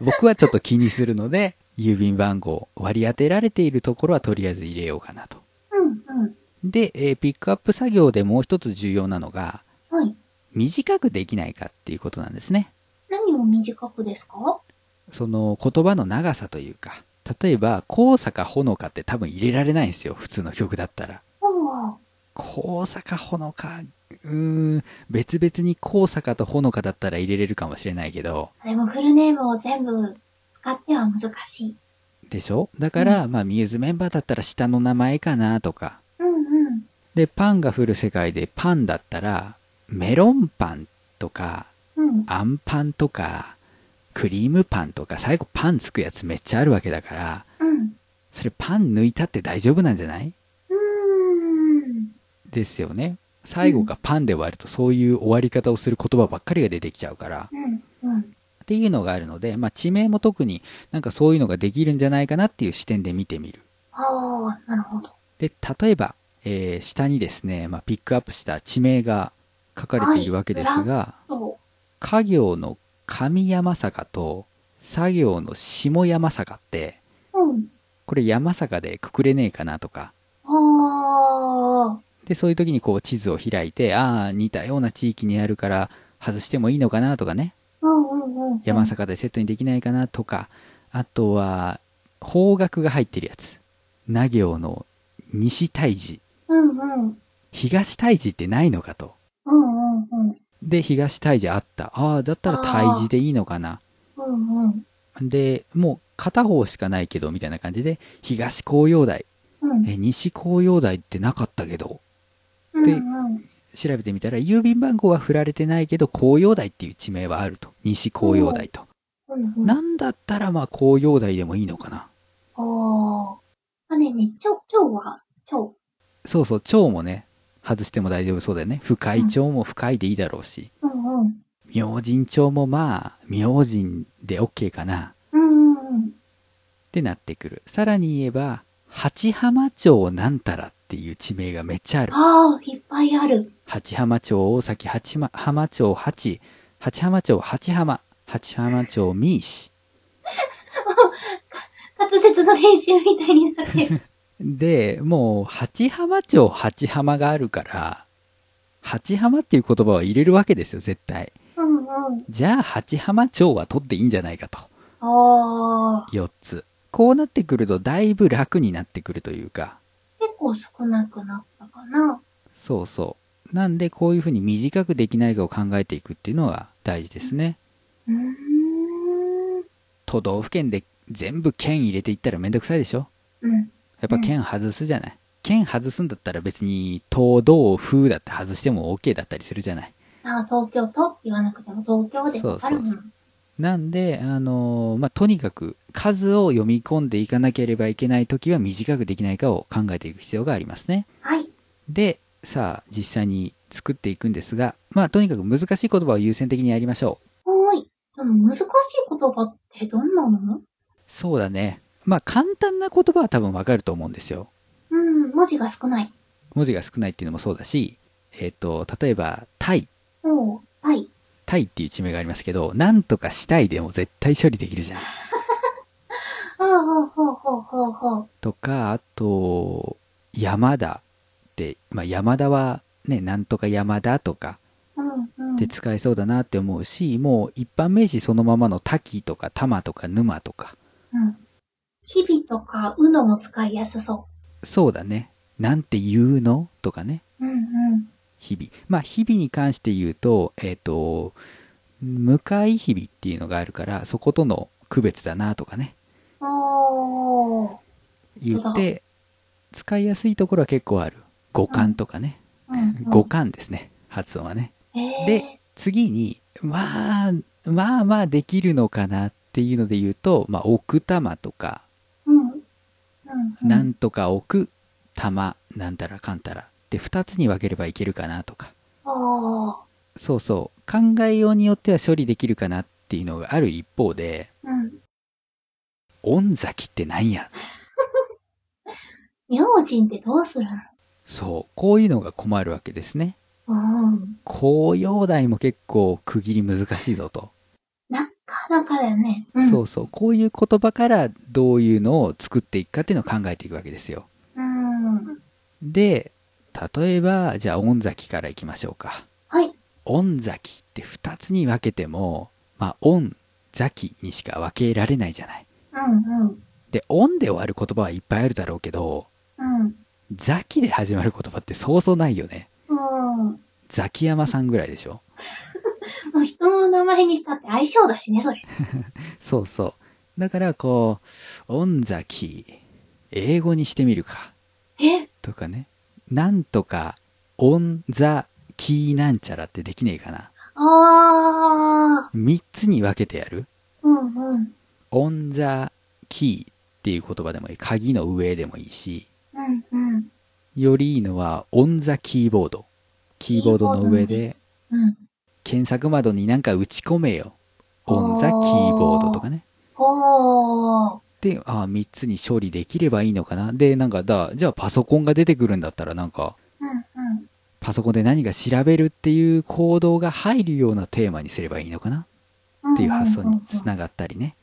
僕はちょっと気にするので、郵便番号割り当てられているところはとりあえず入れようかなと。
うん、うん。
で、えーピックアップ作業でもう一つ重要なのが、
はい。
短くできないかっていうことなんですね。
何を短くですか
その言葉の長さというか、例えば、高坂ほのかって多分入れられないんですよ、普通の曲だったら。
おー。
高坂ほのか、うーん、別々に高坂とほのかだったら入れれるかもしれないけど、
でもフルネームを全部使っては難しい。
でしょだから、まあ、ミューズメンバーだったら下の名前かなとか。
うんうん。
で、パンが降る世界でパンだったら、メロンパンとか、
うん。
あんパンとか、クリームパンとか、最後パンつくやつめっちゃあるわけだから、
うん。
それパン抜いたって大丈夫なんじゃないう
ーん。
ですよね最後がパンで割るとそういう終わり方をする言葉ばっかりが出てきちゃうから
うん。うん。
っていうのがあるので、まあ、地名も特になんかそういうのができるんじゃないかなっていう視点で見てみる
ああ、なるほど。
で例えば、えー下にですね、まあ、ピックアップした地名が書かれているわけですが、
そ
家業の上山坂と作業の下山坂って
う。うん。
これ山坂でくくれねえかなとか
ああ。
でそういう時にこう地図を開いてああ似たような地域にあるから外してもいいのかなとかね
うんうんうん。
山。坂でセットにできないかなとか、あとは方角が入ってるやつな行の西大寺
うんうん。
東大寺ってないのかと
うんうんうん。
で東大寺あったああだったら大寺でいいのかな
うんうん。
でもう片方しかないけどみたいな感じで東紅葉台
うん。
え西紅葉台ってなかったけど
うんうん。
調べてみたら郵便番号は振られてないけど紅葉台っていう地名はあると西紅葉台と
うんうん。
なんだったらまあ紅葉台でもいいのかな
ああ。ねえねえ、蝶、蝶は蝶。
そうそう、蝶もね、外しても大丈夫そうだよね。深い蝶も深いでいいだろうし、
うんうん。
明神蝶もまあ、明神で OK かな、っ
うんうんうん。
てなってくる。さらに言えば、八浜町なんたらっていう地名がめっちゃある。
ああ、いっぱいある。
八浜町、大崎、八浜浜町、八、八浜町、八浜、八浜町、三石。
滑舌の練習みたいになっ てる。
で、もう、八浜町、八浜があるから、八浜っていう言葉は入れるわけですよ、絶対。
うんうん。
じゃあ、八浜町は取っていいんじゃないかと。
ああ。
4つこうなってくるとだいぶ楽になってくるというか
結構少なくなったかな。
そうそうなんでこういうふうに短くできないかを考えていくっていうのが大事ですね
うーん。
都道府県で全部県入れていったらめんどくさいでしょ
うん。
やっぱ県外すじゃない県外すんだったら別に都道府だって外しても OK だったりするじゃない
ああ、東京都って言わなくても東京でわかるもん。
そうなんであのーまあとにかく数を読み込んでいかなければいけない時は短くできないかを考えていく必要がありますね
はい。
で、さあ、実際に作っていくんですが、まあ、とにかく難しい言葉を優先的にやりましょう。
はーい。でも難しい言葉ってどんなの
そうだね。まあ、簡単な言葉は多分わかると思うんですよ。
うん、文字が少ない。
文字が少ないっていうのもそうだし、えっ、と、例えば、タイ。
おう、はい。
タイっていう地名がありますけど、なんとかしたいでも絶対処理できるじゃん。
ああ、ほうほうほうほうほう。
とか、あと、山田って、まあ、山田はね、なんとか山田とか
うん、うん。
で使えそうだなって思うし、もう一般名詞そのままの滝とか玉とか沼とか、
うん。日々とか、うのも使いやすそ
そうだね。なんて言うのとかね。
う。うん、うん。
日々。まあ、日々に関して言うと、えっ、と、向かい日々っていうのがあるから、そことの区別だなとかね、
おー。
言って、使いやすいところは結構ある。五感とかね。
うんうん
五感ですね。発音はね。
えー
で、次に、まあ、まあまあできるのかなっていうので言うと、まあ、奥玉とか、
うん。うんうん。
なんとか奥、玉、なんたらかんたらって二つに分ければいけるかなとか。
おー。
そうそう。考えようによっては処理できるかなっていうのがある一方で、
うん。
音崎ってなんや
名人ってどうするの
そう。こういうのが困るわけですね。
うん。
紅葉台も結構区切り難しいぞと。
なかなかだよね。うん、
そうそう。こういう言葉からどういうのを作っていくかっていうのを考えていくわけですよ。
うん。
で、例えば、じゃあ音崎からいきましょうか。
はい。
音崎って2つに分けても、まあ、音、崎にしか分けられないじゃない。
うんうん。
で、音で終わる言葉はいっぱいあるだろうけど、
うん。
ザキで始まる言葉ってそうそうないよね。
うん。
ザキヤマさんぐらいでしょ
もう人の名前にしたって相性だしね、それ。
そうそう。だからこう、音ザキ、英語にしてみるか。
え、
とかね。なんとか、音ザキなんちゃらってできねえかな。
あー。
3つに分けてやる
うんうん。
on the key っていう言葉でもいい。鍵の上でもいいし、
うんうん。
よりいいのは on the keyboard。キーボードの上
キーボードの
で
うん。
検索窓になんか打ち込めよ。on the keyboard とかね。
おー。
で、ああ、3つに処理できればいいのかな。で、なんかだ、じゃあパソコンが出てくるんだったらなんか、
うんうん。
パソコンで何か調べるっていう行動が入るようなテーマにすればいいのかなっていう発想につながったりね。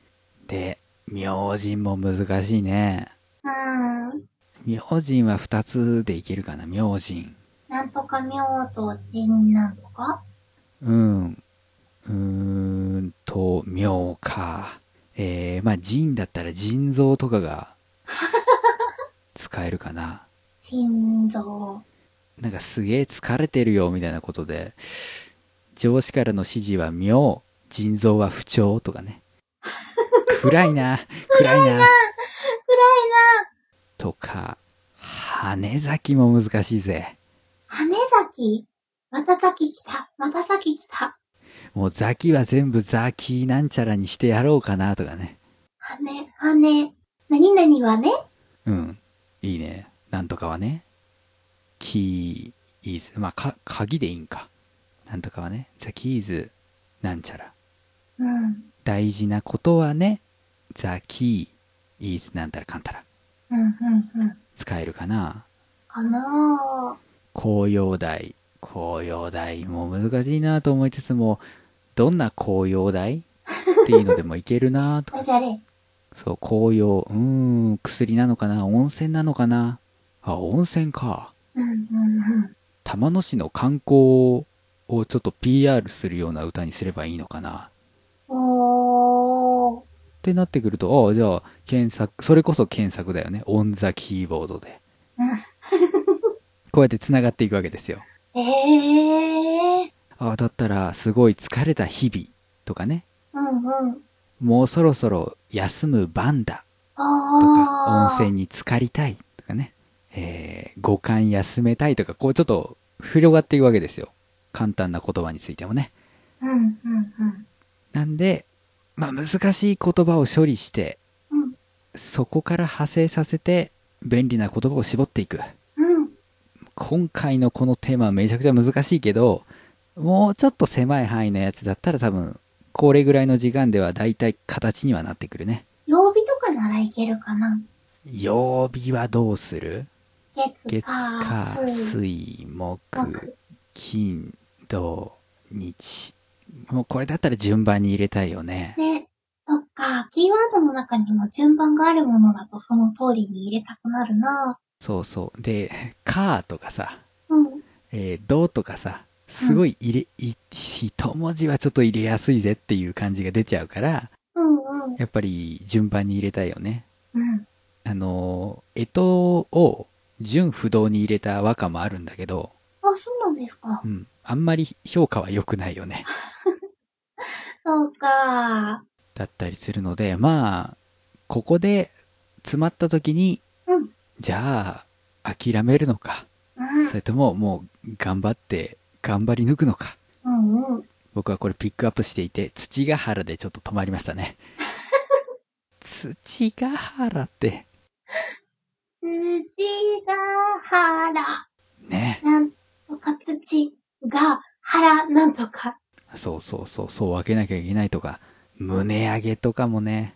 で、名人も難しいね。
うん。うん。
明神は2つでいけるかな明神
なんとか妙と人なんとか
うんうーんと明かえー、まあ神だったら腎臓とか が使えるかな
心臓。
なんかすげえ疲れてるよみたいなことで上司からの指示は明腎臓は不調とかね暗いな暗いな暗いなとか羽崎も難しいぜ
羽先また先来た。また先来た。
もうザキは全部ザキなんちゃらにしてやろうかなとかね。
羽、羽。何々はね。
うん。いいね。なんとかはね。キー、イーズ。まあ、か、鍵でいいんか。なんとかはね。ザキーズ、なんちゃら。
うん。
大事なことはね。ザキー、イーズ、なんたらかんたら。
うんうんうん。
使えるかな。
かな
紅葉台。紅葉台も難しいなと思いつつも、どんな紅葉台っていうのでもいけるなと
ぁ。
か
ダ。ジャレ。
そう、紅葉。うーん、薬なのかな温泉なのかなあ、温泉か。
うんうん
玉野市の観光をちょっと PR するような歌にすればいいのかな
うん。おー。
ってなってくると、ああ、じゃあ、検索、それこそ検索だよね。オンザキーボードで。
う
こうやって繋がっていくわけですよ。
ん。えー。
ああ、だったら、すごい疲れた日々とかね。
うんうん。
もうそろそろ休む番だとか、温
あー。
泉に浸かりたいとかね、えー、五感休めたいとか、こうちょっと広がっていくわけですよ。簡単な言葉についてもね。
うんうんうん。
なんで、まあ難しい言葉を処理して、
うん
そこから派生させて、便利な言葉を絞っていく。
うん。
今回のこのテーマはめちゃくちゃ難しいけど、もうちょっと狭い範囲のやつだったら多分、これぐらいの時間では大体形にはなってくるね。
曜日とかならいけるかな
曜日はどうする
月、
月
火、
火
水、
水木
木。
金土日もうこれだったら順番に入れたいよね
ね。そっか、キーワードの中にも順番があるものだとその通りに入れたくなるな
そうそうで「か」とかさ
うん。
「えーど」とかさすごい入れ、い一文字はちょっと入れやすいぜっていう感じが出ちゃうから
うんうん。
やっぱり順番に入れたいよね
うん。
あのえとを順不動に入れた和歌もあるんだけど
あ、そうなのですか
う。ん。あんまり評価は良くないよね。
そうか。
だったりするので、まあ、ここで詰まった時に、
うん
じゃあ、諦めるのか、
うん
そ。れとももう頑張って、頑張り抜くのか。
うんうん。
僕はこれピックアップしていて、土ヶ原でちょっと止まりましたね。土ヶ原って、
土が原。
ね。
なんとか土が原なんとか。
そうそうそう、そう分けなきゃいけないとか、胸上げとかもね、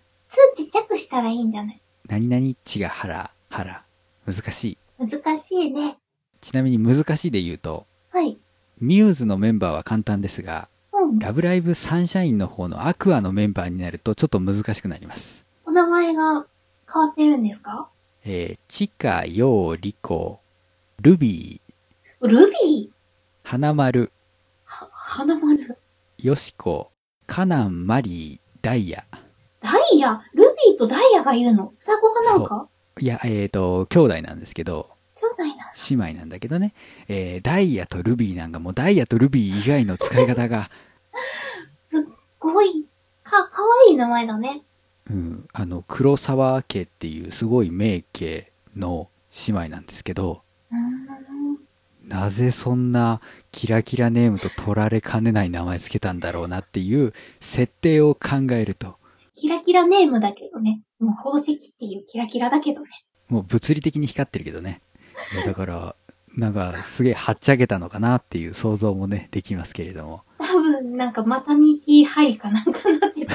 数ちっちゃくしたらいいんじゃない
何々地が原、原。難しい。
難しいね。
ちなみに難しいで言うと、
はい。
ミューズのメンバーは簡単ですが、
うん。
ラブライブサンシャインの方のアクアのメンバーになるとちょっと難しくなります。
お名前が変わってるんですか
えー、チカ、ヨウ、リコ、ルビー、
ルビ
花丸、
ー花丸。
ヨシコ、カナン、マリー、ダイヤ。
ダイヤルビーとダイヤがいるの双子かなんか
いや、えーと、兄弟なんですけど、
兄弟なんだ。
姉妹なんだけどね、えー、ダイヤとルビーなんかもうダイヤとルビー以外の使い方が、
ごい。か、かわいい名前だね。
うん、あの、黒沢家っていうすごい名家の姉妹なんですけど、
うーん。
なぜそんなキラキラネームと取られかねない名前つけたんだろうなっていう設定を考えると、
キラキラネームだけどね。もう宝石っていうキラキラだけどね。
もう物理的に光ってるけどね。いやだから、なんかすげえはっちゃけたのかなっていう想像もね、できますけれども。
多分、なんかマタニティハイかなんか なってた。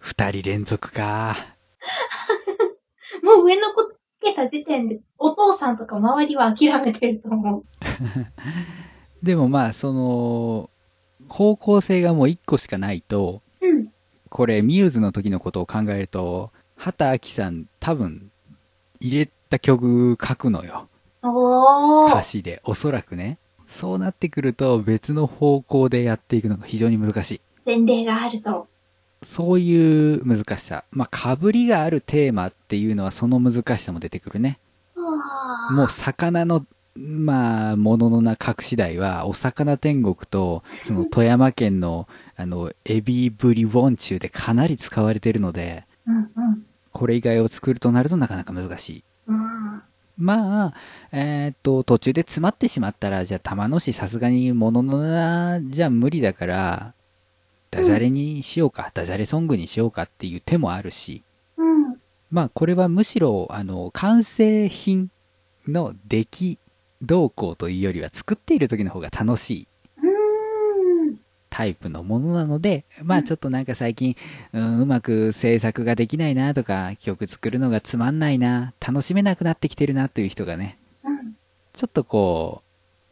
二人連続か。
もう上の子つけた時点で、お父さんとか周りは諦めてると思う。
でもまあ、その、方向性がもう一個しかないと、
うん。
これミューズの時のことを考えると、畑明さん多分入れた曲書くのよ。
お
歌
ー。
詞で、おそらくね。そうなってくると別の方向でやっていくのが非常に難しい。
前例があると。
そういう難しさ。まあ、被りがあるテーマっていうのはその難しさも出てくるね。
あー
もう魚の、まあ、もののな隠し台は、お魚天国と、その富山県の、あの、エビブリウォンチュでかなり使われてるので、
うんうん。
これ以外を作るとなるとなかなか難しい。
うん。
まあ、えーっと、途中で詰まってしまったら、じゃあ玉野市さすがにもののな、じゃ無理だから、ダジャレにしようか、ダジャレソングにしようかっていう手もあるし、
うん。
まあこれはむしろあの完成品の出来動向というよりは作っている時の方が楽しいう
ーん。
タイプのものなのでまあちょっとなんか最近、うん、うまく制作ができないなとか曲作るのがつまんないな楽しめなくなってきてるなという人がね
うん。
ちょっとこ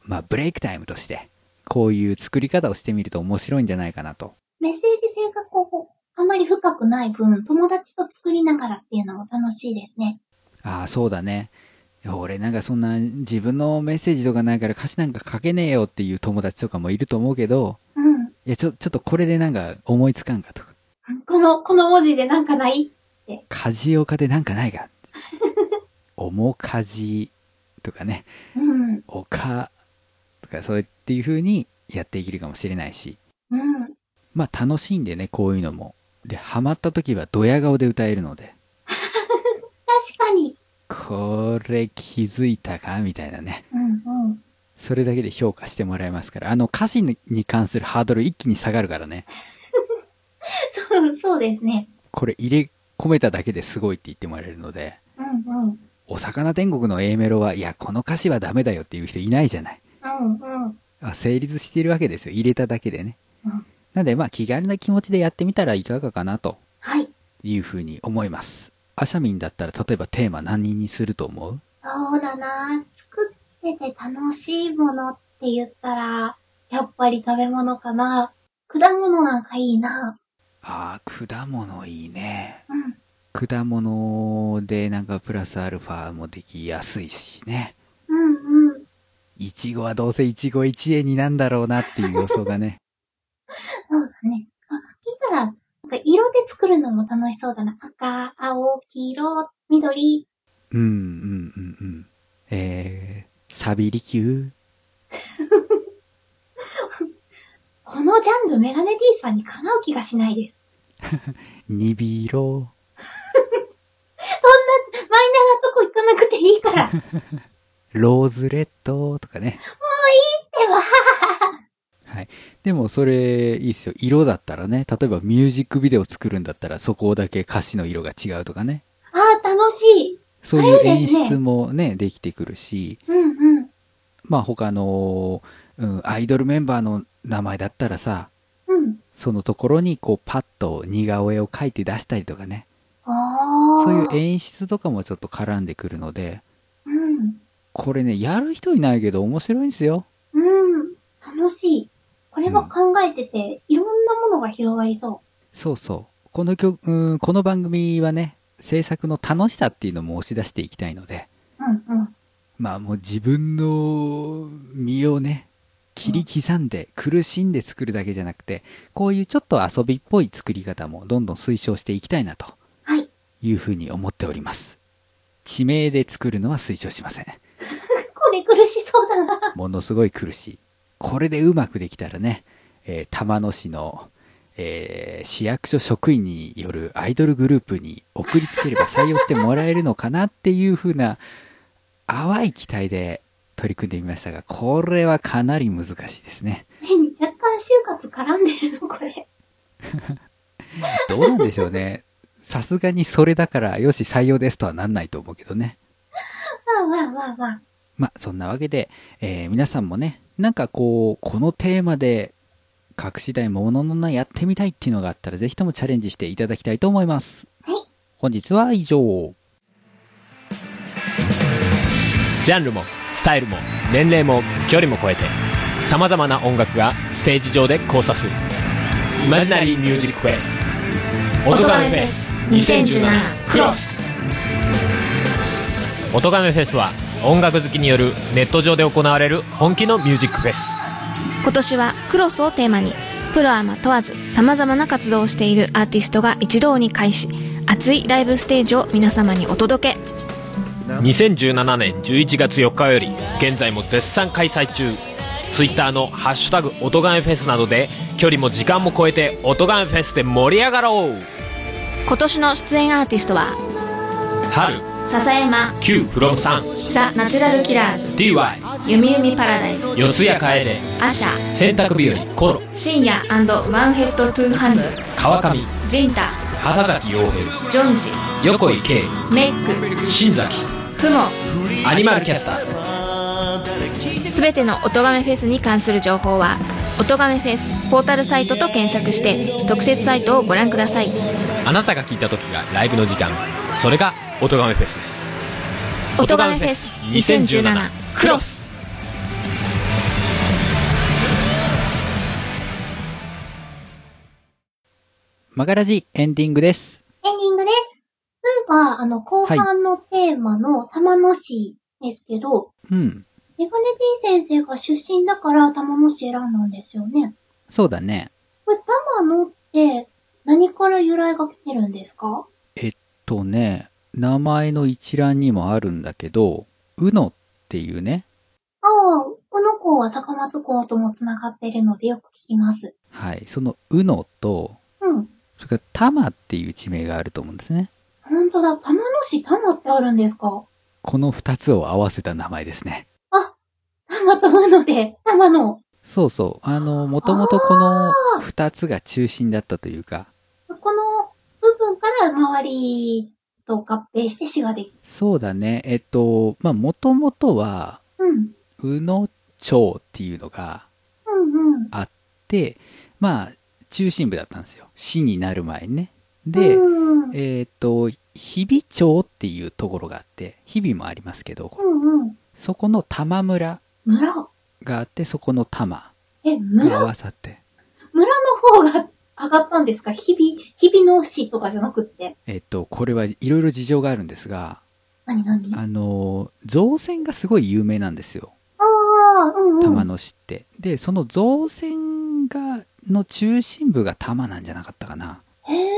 うまあブレイクタイムとしてこういう作り方をしてみると面白いんじゃないかなと
メッセージ性がこう、あまり深くない分、友達と作りながらっていうのも楽しいですね。
ああそうだねいや俺なんかそんな自分のメッセージとかないから歌詞なんか書けねえよっていう友達とかもいると思うけど
うん。
いやちょちょっとこれでなんか思いつかんかとか
この、この文字でなんかない
家事用かでなんかないか面家事とかね
うん。
おかとかそうやっていう風にやっていけるかもしれないし
うん。
まあ楽しいんでねこういうのもでハマった時はドヤ顔で歌えるので
確かに。
これ気づいたかみたいなね
うんうん。
それだけで評価してもらえますから、あの歌詞に関するハードル一気に下がるからね。
そう、そうですね。
これ入れ込めただけですごいって言ってもらえるので、
うんうん。
お魚天国の A メロは、いや、この歌詞はダメだよっていう人いないじゃない。
うんうん。
あ成立してるわけですよ。入れただけでね。
うん
なんで、まあ気軽な気持ちでやってみたらいかがかなと
はい。
いうふうに思います。アシャミンだったら、例えばテーマ何にすると思う
そうだな作ってて楽しいものって言ったら、やっぱり食べ物かな。果物なんかいいな。
ああ、果物いいね。
うん。
果物でなんかプラスアルファもできやすいしね。
うんうん。
いちごはどうせいちご一円になんだろうなっていう予想がね。
そうだね。あ、聞いたら、なんか色で作るのも楽しそうだな。赤、青、黄色、緑。
うんうんうんうん。えー、サビリキュー
このジャンルメガネ D さんにかなう気がしないです。
にびろ。
マイナーなとこ行かなくてい いから。で
ローズレッドとかね。
は、
でもそれいいっすよ。色だったらね、例えばミュージックビデオ作るんだったらそこだけ歌詞の色が違うとかね。
ああ、楽しい。
そういう
あい
演
いですね
出もね、できてくるし、
うんうん。
まあ他の、うん、アイドルメンバーの名前だったらさ、
うん。
そのところにこうパッと似顔絵を描いて出したりとかね。
ああ。
そういう演出とかもちょっと絡んでくるので、
うん。
これね、やる人いないけど面白いんですよ。
うん。楽しい。これは考えてて、いろんなものが広がりそ
そうそう。この曲、うん、この番組はね、制作の楽しさっていうのも押し出していきたいので、
う。うんうん。
まあもう自分の身をね、切り刻んで苦しんで作るだけじゃなくて、こういうちょっと遊びっぽい作り方もどんどん推奨していきたいなと
はい。
いうふうに思っております。地名で作るのは推奨しません。
これ苦しそうだな。
ものすごい苦しい。これでうまくできたらね、えー玉野市の、えー市役所職員によるアイドルグループに送りつければ採用してもらえるのかなっていう風な淡い期待で取り組んでみましたが、これはかなり難しいですね。
目に若干就活絡んでるの、これ。
どうなんでしょうね。さすがにそれだから、よし採用ですとはなんないと思うけどね。
まあまあまあまあ。
まあそんなわけで、えー皆さんもね、なんかこう、このテーマで隠し台もののなやってみたいっていうのがあったら、ぜひともチャレンジしていただきたいと思います。
はい
本日は以上。
ジャンルもスタイルも年齢も距離も超えてさまざまな音楽がステージ上で交差するイマジナリーミュージックフェス音ガメフェス2017クロス音ガメフェスは音楽好きによるネット上で行われる本気のミュージックフェス
今年はクロスをテーマにプロアマ問わず様々な活動をしているアーティストが一堂に会し熱いライブステージを皆様にお届け
2017年11月4日より現在も絶賛開催中 Twitter の「ハッシュタグ音がめフェス」などで距離も時間も超えて音がめフェスで盛り上がろう
今年の出演アーティストは
春
笹山
Q from 3
ザ・ナチュラルキラーズ
DY
ユミユミパラダイス
四谷楓
アシャ
洗濯日和コロ
深夜ワンヘッドトゥーハンズ
川上
ジンタ
畑崎陽平
ジョンジ
横井圭
メック
新崎
フモ
アニマルキャスターズ
すべての音がめフェスに関する情報は音がめフェスポータルサイトと検索して特設サイトをご覧ください
あなたが聞いた時がライブの時間それが音がめフェスです
音がめフェス2017クロス
マガラジエンディングです。
エンディングです。そういえば、あの、後半のテーマの玉野市ですけど、
うん。
メガネ D 先生が出身だから玉野市選んだんですよね。
そうだね。
これ玉野って何から由来が来てるんですか
とね、名前の一覧にもあるんだけど、うのっていうね、
ああ、この子は高松校とも繋がってるのでよく聞きます。
はい、そのうのと、
うん。
それから玉っていう地名があると思うんですね。
ほんとだ、玉野市玉ってあるんですか
この二つを合わせた名前ですね。
玉玉ので、玉野。
そうそう。あの、もともとこの二つが中心だったというか、
この部分から周りと合併して市ができる。
そうだね。えっと、まあ、もともとは、
うん。
宇野町っていうのが
うんうん。
あって、まあ、中心部だったんですよ。市になる前にね。で、
うんうん。
えっと、日々町っていうところがあって、日々もありますけど、
うんうん。
そこの玉村
村。
があって、そこの玉
え、
が合
村
わさって、
村の方が上がったんですか日々、日々の市とかじゃなくって。
えっと、これはいろいろ事情があるんですが、
何何あ
あの、造船がすごい有名なんですよ。
あー、うんうん。
玉野市って。で、その造船が、の中心部が玉なんじゃなかったかな。
へえ。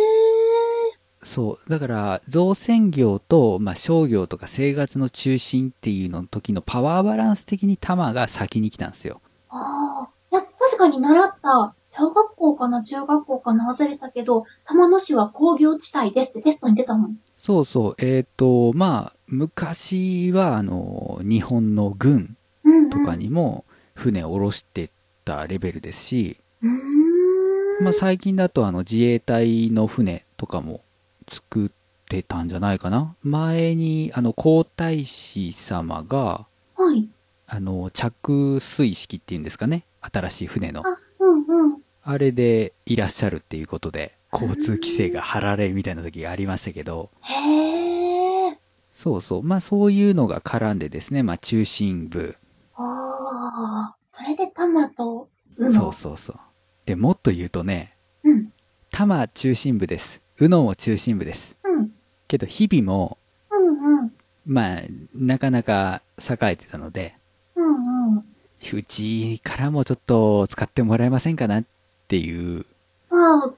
そう。だから、造船業と、まあ、商業とか生活の中心っていうのの時のパワーバランス的に玉が先に来たんですよ。
ああ。いや、確かに習った小学校かな中学校かな忘れたけど、玉野市は工業地帯ですってテストに出たもん。
そうそう、えっ、と、まあ、昔は、あの、日本の軍
うん、うん。
とか。にも船を下ろしてたレベルですし、
うーん。
まあ、最近だとあの自衛隊の船とかも作ってたんじゃないかな前にあの皇太子様が
はい。
あの着水式っていうんですかね新しい船の
あ、うんうん。
あれでいらっしゃるっていうことで交通規制が張られみたいな時がありましたけど
へえ。
そうそうまあそういうのが絡んでですねまあ中心部
ああ。それで玉と、うん。
そうそうそうでもっと言うとね
うん。
多摩中心部です宇野も中心部です
うん。
けど日々も
うんうん。
まあ、なかなか栄えてたので、
うんうん。
うちからもちょっと使ってもらえませんかなっていう、
まあ、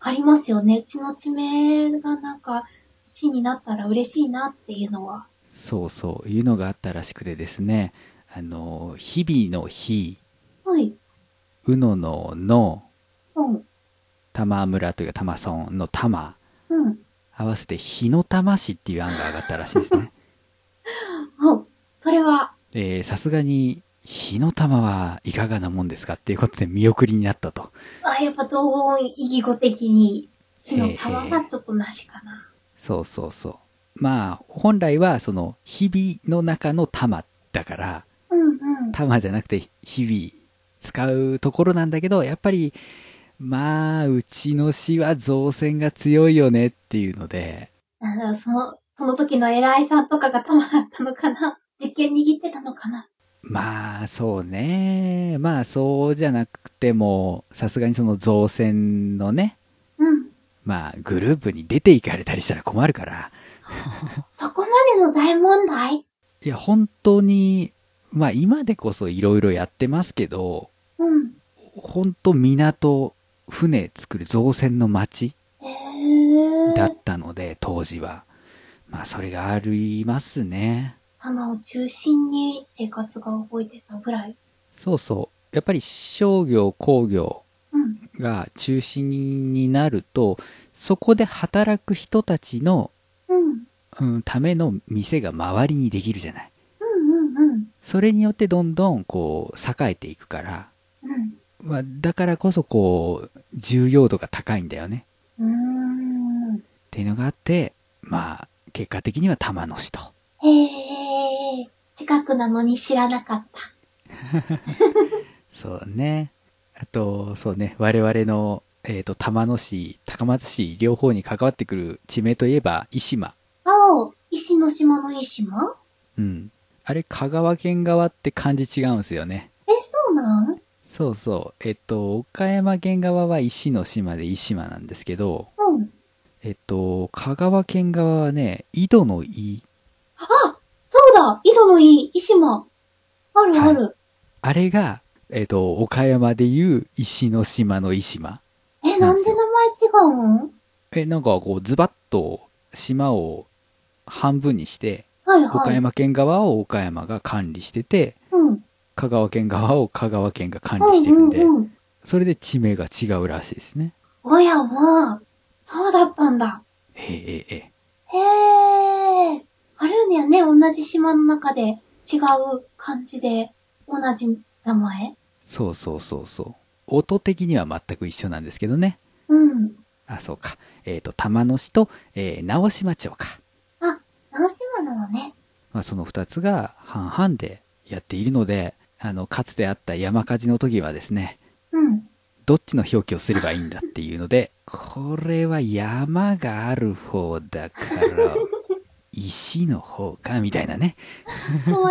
ありますよね。うちの地名がなんか、死になったら嬉しいなっていうのは。
そうそう、いうのがあったらしくてですね、あの、日々の日、
はい。
うののの、
うん。
玉村というか玉村の玉、
うん。
合わせて日の玉市っていう案が上がったらしいですね。
うん。それは、
えーさすがに、日の玉はいかがなもんですかっていうことで見送りになったと。
あ、やっぱ統合意義語的に、火の玉がちょっとなしかな。
そうそうそう。まあ、本来はその、日々の中の玉だから、
うんうん。
玉じゃなくて日々使うところなんだけどやっぱりまあうちの市は造船が強いよねっていうので
なんだろう、その、その時の偉いさんとかが玉だったのかな実験握ってたのかな
まあそうねまあそうじゃなくてもさすがにその造船のね
うん。
まあグループに出ていかれたりしたら困るから
そこまでの大問題
いや本当にまあ今でこそいろいろやってますけど
うん。
本当港船作る造船の町
へえ
だ
ー
っ。たので、当時は。まあ、それがありますね。
玉を中心に生活が動いてたぐらい。
そうそう。やっぱり商業、工業
うん。
が中心になると、そこで働く人たちの、
うん。
うん、ための店が周りにできるじゃない。
うんうんうん。
それによってどんどんこう栄えていくから、
うん。
まあ、だからこそこう重要度が高いんだよね。
うーん
っていうのがあって、まあ結果的には玉の市と。
へえ、近くなのに知らなかった。
そうね。あと、そうね、我々の、えっ、と、玉野市、高松市、両方に関わってくる地名といえば、伊島。
青、石の島の石島
うん。あれ、香川県側って漢字違うんですよね。
え、そうなん
そうそう。えっ、と、岡山県側は石の島で伊島なんですけど、
うん。
えっ、と、香川県側はね、井戸の井。
あそうだ井戸のいい、石島あるある。
あれが、えっ、と、岡山でいう石の島の伊島。
え、なんで名前違うん
え、なんかこう、ズバッと島を半分にして、
はいはい。
岡山県側を岡山が管理してて
うん。
香川県側を香川県が管
う
理してるん
ん
で、
うんうん。
それで地名が違うらしいですね
おやまあ、そうだったんだ。
ええええええ
へえ。あるんやね、同じ島の中で違う感じで同じ名前。
そうそうそうそう音的には全く一緒なんですけどね
うん。
あそうかえっ、と玉野市と、えー直島町か、
あ、直島なのね。
まあ、その2つが半々でやっているのであのかつてあった山火事の時はですね
うん。
どっちの表記をすればいいんだっていうので、これは山がある方だから、石の方か、みたいなね。
困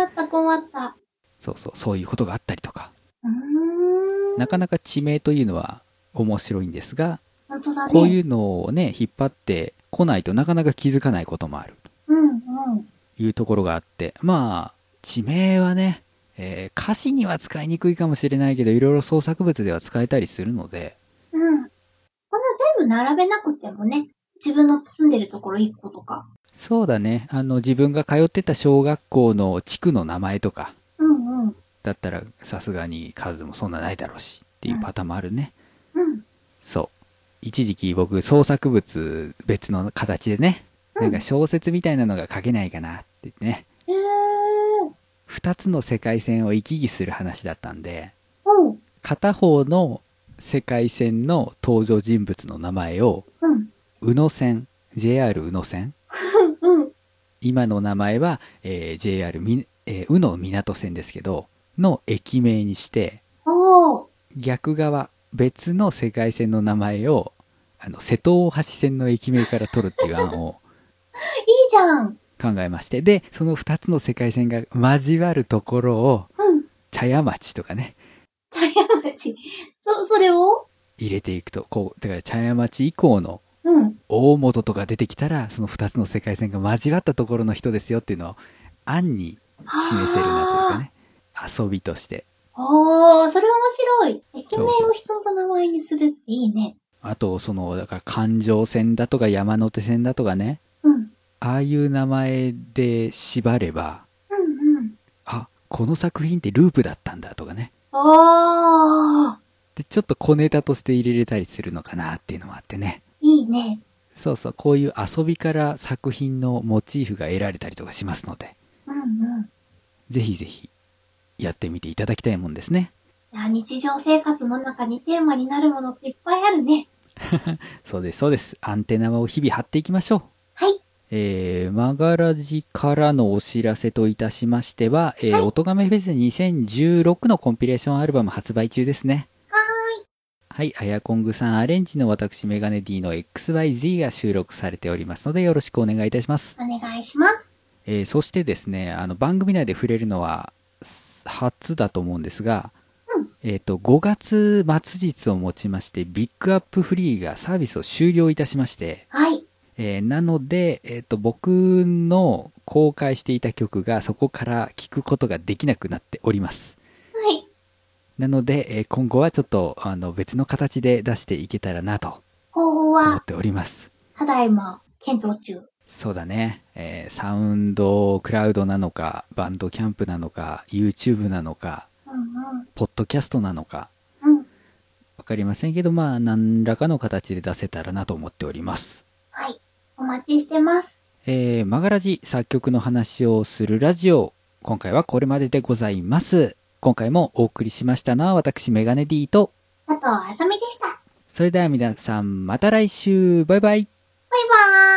った困った。
そうそう、そういうことがあったりとか。
うーん。
なかなか地名というのは面白いんですが、
本当だね。
こういうのをね、引っ張ってこないとなかなか気づかないこともある
うんうん。
というところがあって、まあ、地名はね、えー歌詞には使いにくいかもしれないけど、いろいろ創作物では使えたりするので、
うん。こんな全部並べなくてもね、自分の住んでるところ1個とか。
そうだね。あの、自分が通ってた小学校の地区の名前とか、
うんうん。
だったらさすがに数もそんなないだろうし、っていうパターンもあるね。
うん
そう。一時期僕、創作物別の形でね、
うん
なんか小説みたいなのが書けないかなって言ってね、
えー、
二つの世界線を行き来する話だったんで、
うん、
片方の世界線の登場人物の名前を、
うん、
宇野線、JR 宇野線、
うん、うん、
今の名前は、えー JR み、えー宇野港線ですけど、の駅名にして、
おー、
逆側、別の世界線の名前を、あの、瀬戸大橋線の駅名から取るっていう案を
いいじゃん。
考えまして、で、その二つの世界線が交わるところを、
うん、
茶屋町とかね、
茶屋町。そ、それを
入れていくと、こう、だから茶屋町以降の
うん。
大元とか出てきたら、その二つの世界線が交わったところの人ですよっていうのを、案に示せるなというかね、遊びとして。
あー。おー、それ面白い。駅名
そうそう
を人の名前にするっていいね。
あと、その、だから環状線だとか山手線だとかね、
うん。
ああいう名前で縛れば、
うんうん。
あ、この作品ってループだったんだとかね。
おー、
で、ちょっと小ネタとして入れれたりするのかなっていうのもあってね。
いいね。
そうそう、こういう遊びから作品のモチーフが得られたりとかしますので、
うんうん。
ぜひぜひやってみていただきたいもんですね。
いや日常生活の中にテーマになるものっていっぱいあるね。
そうです、そうです。アンテナを日々張っていきましょう。
はい。
えー、マガラジからのお知らせといたしましては、えー、
はい
おとがめフェス2016のコンピレーションアルバム発売中ですね。はい。はい、アヤコングさんアレンジの私メガネ D の XYZ が収録されておりますのでよろしくお願いいたします。
お願いします。
えー、そしてですね、あの、番組内で触れるのはす初だと思うんですが、
うん
えっ、と、5月末日をもちまして、ビッグアップフリーがサービスを終了いたしまして、
はい。
えーなので、えっと僕の公開していた曲がそこから聴くことができなくなっております
はい。
なので、えー今後はちょっとあの別の形で出していけたらなと
方
思
法
っ
は、
ております
ただいま、検討中。
そうだね、えーサウンドクラウドなのかバンドキャンプなのか YouTube なのか
うん
ポッドキャストなのか
うん。うん。
わかりませんけどまあ何らかの形で出せたらなと思っております
はい。お待ちしてます。
えー、マガラジ作曲の話をするラジオ今回はこれまででございます今回もお送りしましたのは私メガネ D と
佐藤あさみでした。バイ
それでは皆さんまた来週バイバイ
バーイ